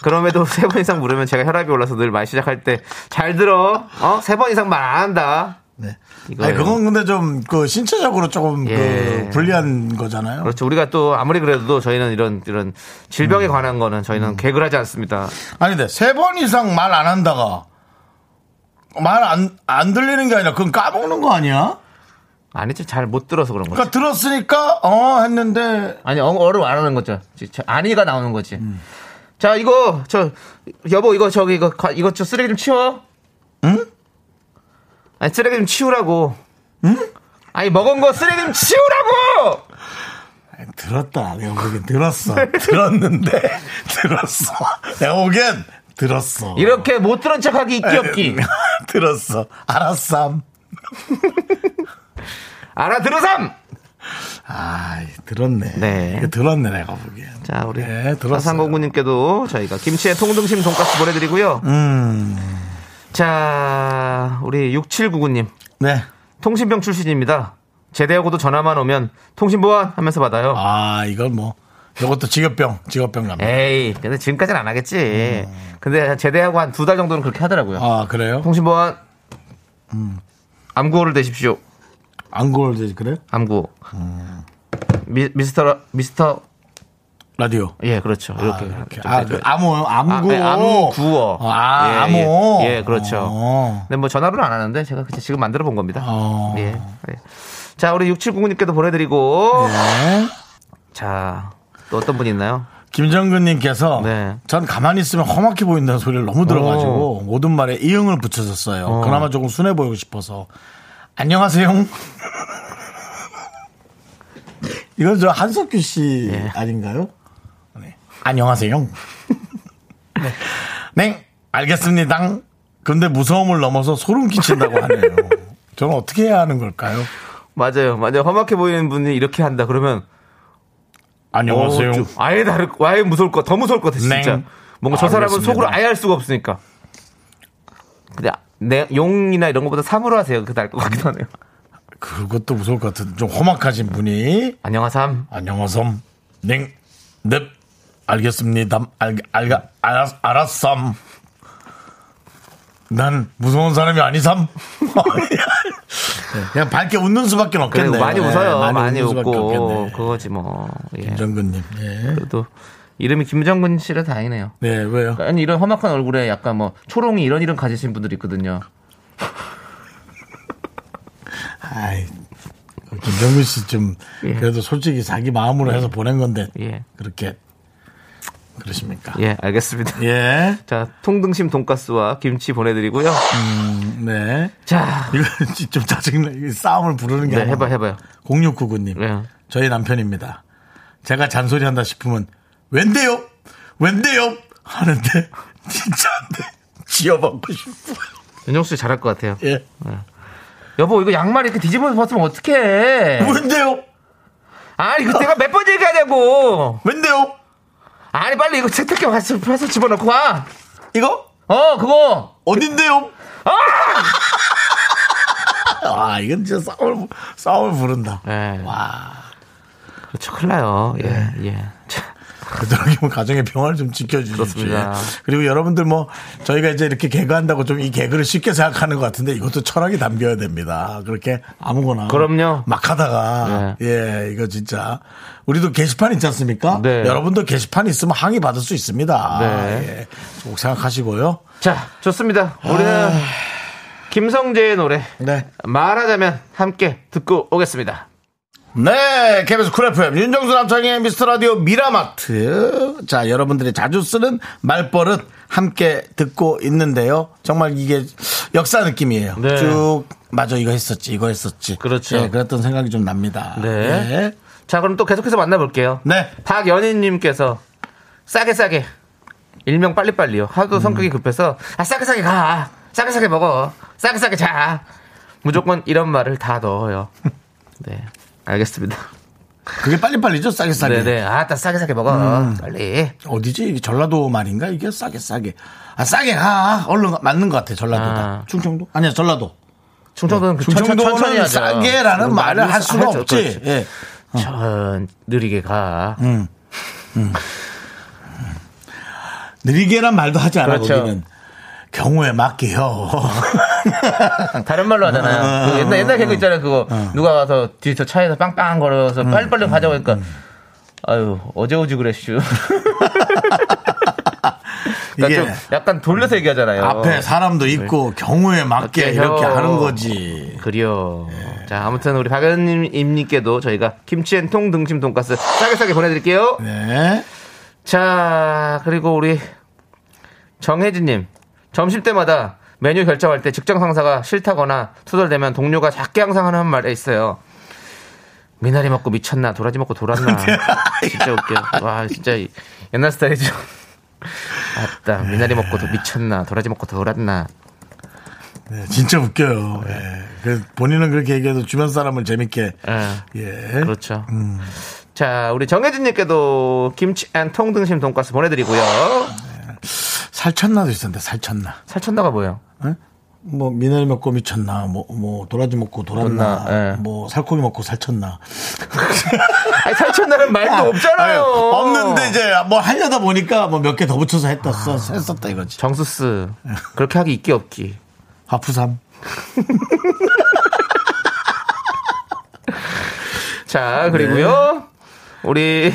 S2: 그럼에도 세 번 이상 물으면 제가 혈압이 올라서 늘 말 시작할 때 잘 들어. 어? 세 번 이상 말 안 한다.
S1: 네.
S2: 이거예요.
S1: 아니, 그건 근데 좀, 그, 신체적으로 조금,
S2: 예.
S1: 그, 불리한 거잖아요.
S2: 그렇죠. 우리가 또 아무리 그래도 저희는 이런 이런 질병에 관한 거는 저희는 개그를 하지 않습니다.
S1: 아니, 근데 세 번 이상 말 안 한다가, 말 안, 안 들리는 게 아니라, 그건 까먹는 거 아니야?
S2: 아니지 잘 못 들어서 그런 거죠.
S1: 그러니까 들었으니까, 어, 했는데,
S2: 아니 어- 어를 안 하는 거죠. 지- 저- 아니가 나오는 거지.
S1: 음.
S2: 자 이거 저 여보 이거 저기 이거 과- 이거 저 쓰레기 좀 치워.
S1: 응?
S2: 아니 쓰레기 좀 치우라고. 아니 먹은 거 쓰레기 좀 치우라고.
S1: 들었다. 내가 보기엔
S2: [LAUGHS]
S1: 들었어. 들었는데, 들었어. 내가 보기엔 들었어.
S2: 이렇게 못 들은 척하기 있기 없기.
S1: [LAUGHS] 들었어. 알았삼.
S2: 알아들으삼.
S1: 아, 들었네.
S2: 네.
S1: 이거 들었네, 내가 보기엔.
S2: 자 우리
S1: 네, 들었어요.
S2: 사상공구님께도 저희가 김치에 통등심 돈가스 보내드리고요.
S1: 음.
S2: 자 우리 6799님
S1: 네.
S2: 통신병 출신입니다. 제대하고도 전화만 오면 통신보안 하면서 받아요.
S1: 아, 이건 뭐, 이것도 직업병, 직업병 갑니다.
S2: 에이, 근데 지금까지는 안 하겠지. 근데 제대하고 한 두 달 정도는 그렇게 하더라고요.
S1: 음. 아, 음. 그래요?
S2: 통신보안, 암구호를 대십시오.
S1: 안골, 그래요?
S2: 암구호.
S1: 음.
S2: 미, 미스터, 미스터,
S1: 라디오.
S2: 예, 그렇죠. 이렇게.
S1: 이렇게.
S2: 좀
S1: 아,
S2: 대줘요.
S1: 그 암호, 암구.
S2: 아, 네, 암호 구호.
S1: 아,
S2: 예,
S1: 암호.
S2: 예, 예, 그렇죠.
S1: 어.
S2: 근데 뭐 전화로는 안 하는데 제가 그냥 지금 만들어 본 겁니다.
S1: 어.
S2: 예. 예. 자, 우리 6799님께도 보내드리고.
S1: 네.
S2: 자, 또 어떤 분 있나요?
S1: 김정근님께서
S2: 네.
S1: 전 가만히 있으면 험악해 보인다는 소리를 너무 들어가지고 어. 모든 말에 이응을 붙여서 써요. 그나마 조금 순해 보이고 싶어서 안녕하세요. [LAUGHS] 이건 저 한석규 씨 아닌가요? 네. 안녕하세요. [LAUGHS] 네. 네, 알겠습니다. 근데 무서움을 넘어서 소름 끼친다고 [LAUGHS] 하네요. 저는 어떻게 해야 하는 걸까요?
S2: 맞아요, 맞아요. 험악해 보이는 분이 이렇게 한다. 그러면
S1: 안녕하세요.
S2: 어, 좀 아예 다를 거, 아예 무서울 거, 더 무서울 것 같아, 진짜.
S1: 냉.
S2: 뭔가 저 사람은
S1: 알겠습니다.
S2: 속으로 아예 알 수가 없으니까. 근데 내 용이나 이런 것보다 삼으로 하세요. 그게 나을 것 같기도 하네요.
S1: 그것도 무서울 것 같은 좀 험악하신 분이
S2: 안녕하삼.
S1: 안녕하세요. 네, 넵. 알겠습니다. 알, 알, 알았, 알았삼. 난 무서운 사람이
S2: [LAUGHS]
S1: 아니삼. 네, 그냥 밝게 웃는 수밖에
S2: 그래,
S1: 없겠네요.
S2: 많이
S1: 네,
S2: 웃어요. 많이,
S1: 웃는 수밖에
S2: 웃고.
S1: 없겠네.
S2: 그거지 뭐. 예.
S1: 김정근님. 예.
S2: 그래도 이름이 김정근 씨라 다행이네요.
S1: 네, 왜요?
S2: 아니, 이런 험악한 얼굴에 약간 뭐, 초롱이 이런 이름 가지신 분들이 있거든요.
S1: 아이, 김정근 씨 좀
S2: 예.
S1: 그래도 솔직히 자기 마음으로 해서 보낸 건데
S2: 예.
S1: 그렇게 그러십니까?
S2: 예, 알겠습니다.
S1: 예.
S2: 자, 통등심 돈가스와 김치 보내드리고요.
S1: 네.
S2: 자,
S1: 이거 [LAUGHS] 좀 짜증나. 이거 싸움을 부르는 게
S2: 네,
S1: 아니라.
S2: 해봐, 해봐요.
S1: 0699님.
S2: 예.
S1: 저희 남편입니다. 제가 잔소리 한다 싶으면, 웬데요? 웬데요? 하는데, [LAUGHS] 진짜 안 돼. 지어받고 싶어.
S2: 윤정수 씨 잘할 것 같아요.
S1: 예.
S2: 여보 이거 양말 이렇게 뒤집어서 벗으면 어떡해
S1: 웬데요?
S2: 아니 이거 내가 몇 번 얘기하냐고
S1: 웬데요?
S2: 아니 빨리 이거 세탁기 가서 해서 집어넣고 와어
S1: 이거?
S2: 그거
S1: 어딘데요? [LAUGHS] 아! 이건 진짜 싸움을, 싸움을 부른다.
S2: 예
S1: 와.
S2: 그렇죠 큰일 나요 예예 자,
S1: 그러면 뭐 가정의 평화를 좀 지켜주십시오.
S2: 그렇습니다.
S1: 그리고 여러분들 뭐 저희가 이제 이렇게 개그한다고 좀 이 개그를 쉽게 생각하는 것 같은데 이것도 철학이 담겨야 됩니다. 그렇게 아무거나
S2: 그럼요. 네.
S1: 막 하다가 예 이거 진짜 우리도 게시판 있지 않습니까?
S2: 네.
S1: 여러분도 게시판 있으면 항의 받을 수 있습니다.
S2: 네.
S1: 예. 꼭 생각하시고요.
S2: 아. 자 좋습니다 우리는 김성재의 노래
S1: 네.
S2: 말하자면 함께 듣고 오겠습니다.
S1: 네, KBS 쿨 FM 윤정수 남창의 미스터 라디오 미라마트. 자, 여러분들이 자주 쓰는 말버릇 함께 듣고 있는데요. 정말 이게 역사 느낌이에요.
S2: 네.
S1: 쭉 맞아 이거 했었지, 이거 했었지.
S2: 그렇죠.
S1: 예, 그랬던 생각이 좀 납니다.
S2: 네.
S1: 네.
S2: 자, 그럼 또 계속해서 만나볼게요.
S1: 네.
S2: 박연희님께서 싸게 싸게 일명 빨리빨리요. 하도
S1: 음.
S2: 성격이 급해서 아 싸게 싸게 가, 싸게 싸게 먹어, 싸게 싸게 자. 무조건 이런 말을 다
S1: [LAUGHS]
S2: 넣어요. 네, 알겠습니다.
S1: 그게 빨리빨리죠, 싸게 싸게. 음.
S2: 네네, 아따 싸게 싸게 먹어, 빨리.
S1: 어디지? 이게 전라도 말인가? 이게 싸게 싸게. 아, 싸게 가. 얼른 가. 맞는 것 같아, 전라도다.
S2: 아.
S1: 충청도? 아니야, 전라도.
S2: 충청도는 그 천천- 천천히
S1: 충청도는
S2: 하죠.
S1: 싸게라는
S2: 그건
S1: 말을 할
S2: 싸-
S1: 수가
S2: 하죠.
S1: 없지.
S2: 그렇죠.
S1: 예.
S2: 천 느리게 가.
S1: 느리게란 말도 하지 않아
S2: 그렇죠.
S1: 거기는 경우에 맞게요.
S2: 다른 말로 하잖아요. 그 옛날 옛날
S1: 어,
S2: 개그 있잖아요. 그거 누가 와서 뒤에 저 차에서 빵빵 걸어서
S1: 음,
S2: 빨리빨리 가자고 하니까 아유 어제
S1: [LAUGHS]
S2: 오지 그랬슈. 그러니까
S1: 이게
S2: 좀 약간 돌려서 얘기하잖아요.
S1: 앞에 사람도 있고 경우에 맞게
S2: 네. 맞게
S1: 이렇게
S2: 해요.
S1: 하는 거지.
S2: 그래요. 자 아무튼 우리 박연님님께도 저희가 김치엔통 등심 돈가스 싸게 싸게 보내드릴게요.
S1: 네.
S2: 자 그리고 우리 정혜진님 점심 때마다 메뉴 결정할 때 직장 상사가 싫다거나 투덜대면 동료가 작게 항상 하는 말에 있어요. 미나리 먹고 미쳤나 도라지 먹고 [LAUGHS] 돌았나 진짜 웃겨 와 진짜 이- 옛날 스타일이죠 아따 미나리 먹고도 미쳤나 도라지 먹고 돌았나
S1: 네, 진짜 웃겨요.
S2: 네.
S1: 예. 그래서 본인은 그렇게 얘기해도 주변 사람은 재밌게.
S2: 예.
S1: 예.
S2: 그렇죠. 자, 우리 정혜진님께도 김치 앤 통등심 돈가스 보내드리고요.
S1: 살쳤나도 있었는데 살쳤나.
S2: 살천다가 뭐예요?
S1: 뭐 미나리 먹고 미쳤나. 뭐 뭐 도라지 먹고 돌았나.
S2: 돌았나, 예.
S1: 뭐 살코기 먹고 살쳤나.
S2: 아니, 살천다는 말도 없잖아요.
S1: 아유, 없는데 이제 뭐 하려다 보니까 뭐 몇 개 더 붙여서 했다 써 했었다 이거지.
S2: 정수스 그렇게 하기 있기 없기.
S1: 하프삼.
S2: 자, 그리고요. 우리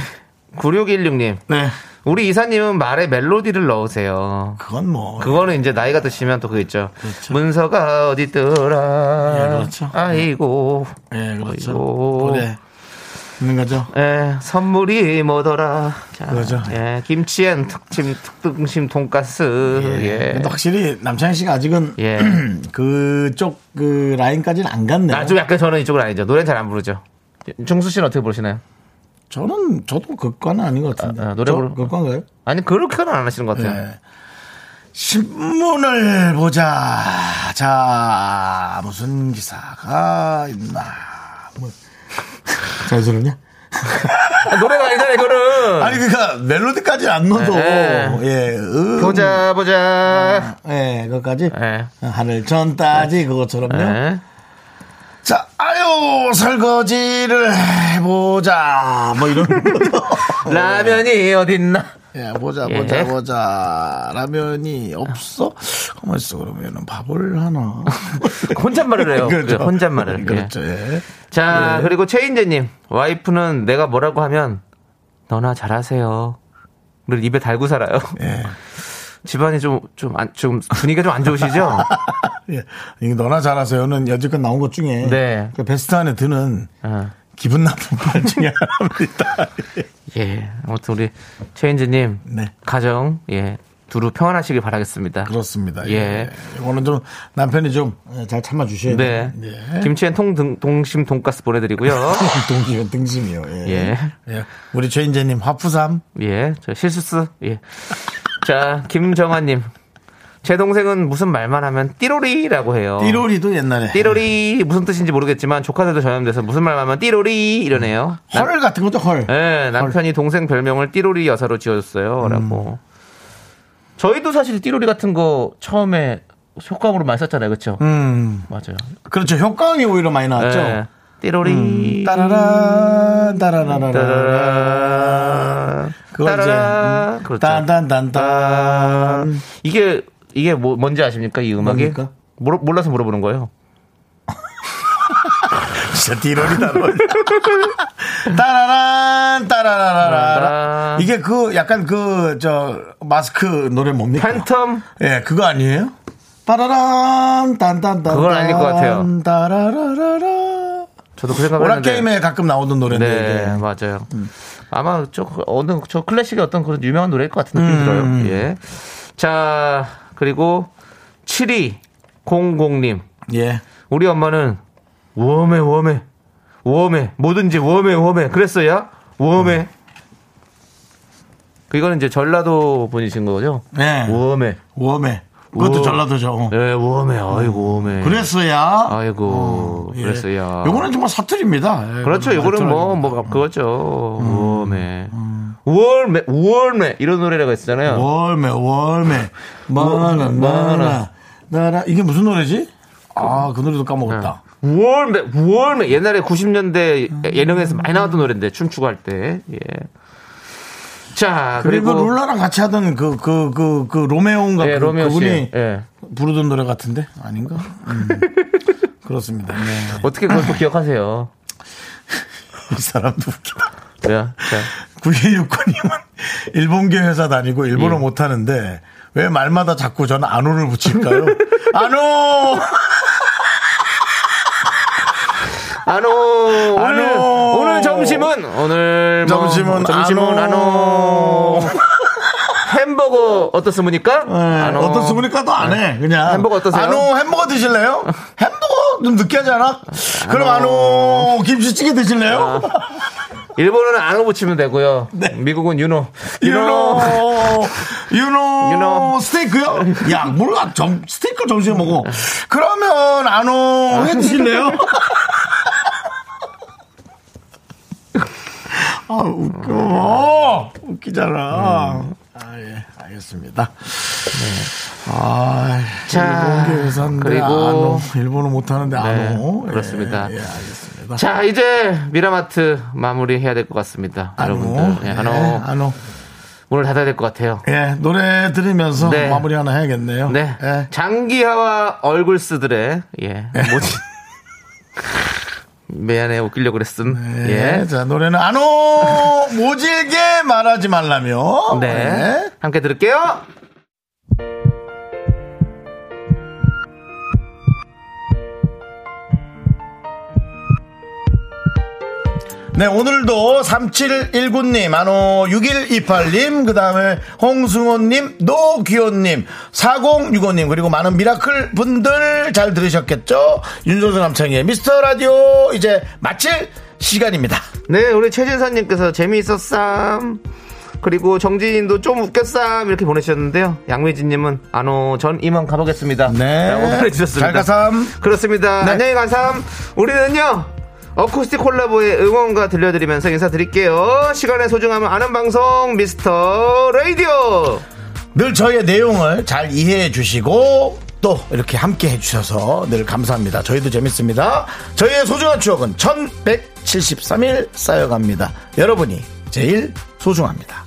S2: 9616님.
S1: 네.
S2: 우리 이사님은 말에 멜로디를 넣으세요.
S1: 그건 뭐
S2: 그거는 이제 나이가 드시면 또 그거 있죠.
S1: 그렇죠.
S2: 문서가 어디더라.
S1: 예, 그렇죠.
S2: 아이고.
S1: 예, 그렇죠.
S2: 아이고.
S1: 보내 있는 거죠.
S2: 예, 선물이 뭐더라. 자,
S1: 그거죠.
S2: 예, 김치엔 특침 특등심 돈가스.
S1: 예.
S2: 예.
S1: 근데 확실히 남창희 씨가 아직은
S2: 예.
S1: [CLEARS THROAT] 그쪽 그 라인까지는 안 갔네요.
S2: 나중 약간 저는 이쪽은 아니죠. 노래는 잘 안 부르죠. 정수 씨는 어떻게 부르시나요?
S1: 저는 저도 극과는 아닌 것 같은데.
S2: 아, 아, 노래 네.
S1: 저
S2: 부르-
S1: 극과인가요?
S2: 아니 그렇게는 안 하시는 것 같아요.
S1: 예. 신문을 보자. 자, 무슨 기사가 있나. 뭐. [LAUGHS] 자연스럽냐?
S2: 아, 노래가 아니잖아요, 이거는.
S1: 아니, 그니까, 멜로디까지는 안 넣어도,
S2: 어. 예.
S1: 예, 음,
S2: 보자 보자.
S1: 예, 그것까지.
S2: 예.
S1: 하늘 전 따지, 그것처럼요.
S2: 예.
S1: 자, 아유, 설거지를 해보자. 뭐 이런
S2: [LAUGHS]
S1: 거죠.
S2: 라면이 어딨나?
S1: 예, 보자,
S2: 예.
S1: 보자, 보자. 라면이 없어? 가만 있어, 그러면은 밥을 하나.
S2: 혼잣말을
S1: [LAUGHS]
S2: 해요.
S1: 그렇죠.
S2: 혼잣말을. 예.
S1: 그렇죠, 예.
S2: 자, 그리고 최인재님. 와이프는 내가 뭐라고 하면 너나 잘하세요. 를 입에 달고 살아요.
S1: 예.
S2: 집안이 좀, 좀, 안, 좀 분위기가 좀
S1: [LAUGHS]
S2: 안 좋으시죠?
S1: 예. 이게 너나 잘하세요는 여지껏 나온 것 중에.
S2: 네.
S1: 그 베스트 안에 드는
S2: 어.
S1: 기분 나쁜 [LAUGHS] 말 중에 하나입니다. 예.
S2: 예. 아무튼 우리 최인재님.
S1: 네.
S2: 가정, 예. 두루 평안하시길 바라겠습니다.
S1: 그렇습니다.
S2: 예.
S1: 이거는 좀 남편이 좀 잘 참아주셔야
S2: 네.
S1: 돼요. 예. [LAUGHS]
S2: 김치엔 통, 등, 동심 돈가스 보내드리고요.
S1: 동심이 등심이요. [LAUGHS] 예.
S2: 예.
S1: 예. 우리 최인재님 화푸삼.
S2: 예. 저 실수스. 예. 자, 김정아님. 제 동생은 무슨 말만 하면 띠로리라고 해요.
S1: 띠로리도 옛날에
S2: 어. 띠로리 무슨 뜻인지 모르겠지만 조카들도 전염돼서 무슨 말만 하면 띠로리 이러네요. 남-
S1: 헐 같은 거죠 헐.
S2: 예, 남편이 동생 별명을 띠로리 여사로
S1: 음.
S2: 지어줬어요라고. 저희도 사실 띠로리 같은 거 처음에 효과음으로 많이 썼잖아요, 그렇죠?
S1: 음
S2: 맞아요.
S1: 그렇죠 효과음이 오히려 많이 나왔죠. 음.
S2: 예, 띠로리.
S1: 따라라 따라라라라.
S2: 따라라.
S1: 그거 이제, 음.
S2: 따라라. 그렇죠.
S1: 딴딴딴딴.
S2: 이게 이게 뭐 뭔지 아십니까 이 음악이?
S1: 음. 뭡니까?
S2: 모르- 몰라서 물어보는 거예요.
S1: 진짜 띠로리다.
S2: 뭐.
S1: 뭘. [LAUGHS] 따라란 따라라라라.
S2: 따라라.
S1: 이게 그 약간 그 저 마스크 노래 뭡니까?
S2: 팬텀
S1: 예 그거 아니에요? 빠라란 딴딴딴
S2: 그건 아닐 것 같아요.
S1: 따라라라라.
S2: 저도 그 생각을
S1: 오락
S2: 했는데.
S1: 게임에 가끔 나오는 노래인데
S2: 네,
S1: 이게.
S2: 맞아요.
S1: 음.
S2: 아마 저그 어느 저 클래식의 어떤 그런 유명한 노래일 것 같은
S1: 음.
S2: 느낌이 들어요. 예. 자, 그리고 7200님.
S1: 예.
S2: 우리 엄마는 웜에 웜에 웜에 뭐든지 웜에 웜에 그랬어요. 웜에.
S1: 음.
S2: 그거는 이제 전라도 분이신 거죠?
S1: 네.
S2: 웜에.
S1: 웜에. 그것도
S2: 웜.
S1: 전라도죠. 어.
S2: 예, 웜에. 아이고, 웜에.
S1: 음. 그랬어야.
S2: 아이고,
S1: 예.
S2: 그랬어요.
S1: 요거는 정말 사투리입니다. 예,
S2: 그렇죠.
S1: 그건
S2: 이거는 뭐,
S1: 사투리.
S2: 뭐, 그거죠.
S1: 음.
S2: 우월매. 우월매, 우월매. 이런 노래가 있었잖아요.
S1: 월매
S2: [LAUGHS]
S1: 월매
S2: 뭐,
S1: 마나 마나 나라 이게 무슨 노래지? 아 그 노래도 까먹었다.
S2: 예. 우월매, 우월매. 옛날에
S1: 음.
S2: 90년대 예능에서 많이 나왔던 노래인데, 춤추고 할 때. 예. 자,
S1: 그리고, 뭐
S2: 그리고.
S1: 룰라랑 같이 하던 그 그 그 그 로메오인가
S2: 예,
S1: 그,
S2: 로미오 씨.
S1: 분이
S2: 예.
S1: 부르던 노래 같은데 아닌가?
S2: [LAUGHS]
S1: 음. 그렇습니다. 네.
S2: 어떻게 그걸 또 기억하세요?
S1: 이 사람도 웃기다.
S2: 자, 자.
S1: 9269님은 [LAUGHS] 일본계 회사 다니고 일본어
S2: 예.
S1: 못하는데 왜 말마다 자꾸 저는 안오를
S2: [LAUGHS]
S1: 붙일까요? 안오!
S2: 안오! 오늘,
S1: 안오!
S2: 오늘 점심은? 오늘 뭐,
S1: 점심은
S2: 점심은
S1: 안오.
S2: 안오. 햄버거 어떻습니까? 안오.
S1: 네, 어떤 수분이니까 또안 해. 그냥.
S2: 네. 햄버거 어떠세요?
S1: 안오 햄버거 드실래요? 햄버거 좀 느끼하지 않아? 그럼 안오 김치찌개
S2: 아.
S1: 드실래요?
S2: 일본어는 안오 붙이면 되고요.
S1: 네.
S2: 미국은 유노.
S1: 유노 유노
S2: 유노.
S1: 스테이크요? 야 몰라 점 스테이크 점심에 먹어. 그러면 안오 해 드실래요? [LAUGHS] 아 웃겨 어, 웃기잖아.
S2: 음.
S1: 아 예 알겠습니다. 아
S2: 자,
S1: 일본계 회사인데
S2: 네. 그리고-
S1: 안오 일본어 못하는데 안오
S2: 네, 그렇습니다.
S1: 예, 예, 알겠습니다.
S2: 자, 이제 미라마트 마무리 해야 될 것 같습니다. 여러분들. 예,
S1: 예,
S2: 안오.
S1: 안오
S2: 오늘 닫아야 될 것 같아요.
S1: 예, 노래 들으면서
S2: 네.
S1: 마무리 하나 해야겠네요. 네.
S2: 네.
S1: 예.
S2: 장기하와 얼굴스들의, 예. 뭐지? [LAUGHS] 미안해, 웃기려고 그랬음.
S1: 예.
S2: 예.
S1: 자, 노래는 안오 모질게 말하지 말라며.
S2: 네. 함께 들을게요.
S1: 네, 오늘도 3719님, 안호 6128님, 그 다음에 홍승호님, 노귀호님, 4065님, 그리고 많은 미라클 분들 잘 들으셨겠죠? 윤종수 남창의 미스터 라디오 이제 마칠 시간입니다.
S2: 네, 우리 최진선님께서 재미있었쌈. 그리고 정진님도 좀 웃겼쌈. 이렇게 보내주셨는데요. 양미진님은, 안오, 전 이만 가보겠습니다.
S1: 네.
S2: 라고 보내주셨습니다.
S1: 잘 가삼.
S2: 그렇습니다.
S1: 네.
S2: 안녕히 가삼. 우리는요. 어쿠스틱 콜라보의 응원과 들려드리면서 인사드릴게요. 시간의 소중함을 아는 방송 미스터 라디오.
S1: 늘 저희의 내용을 잘 이해해 주시고 또 이렇게 함께 해주셔서 늘 감사합니다. 저희도 재밌습니다. 저희의 소중한 추억은 1173일 쌓여갑니다. 여러분이 제일 소중합니다.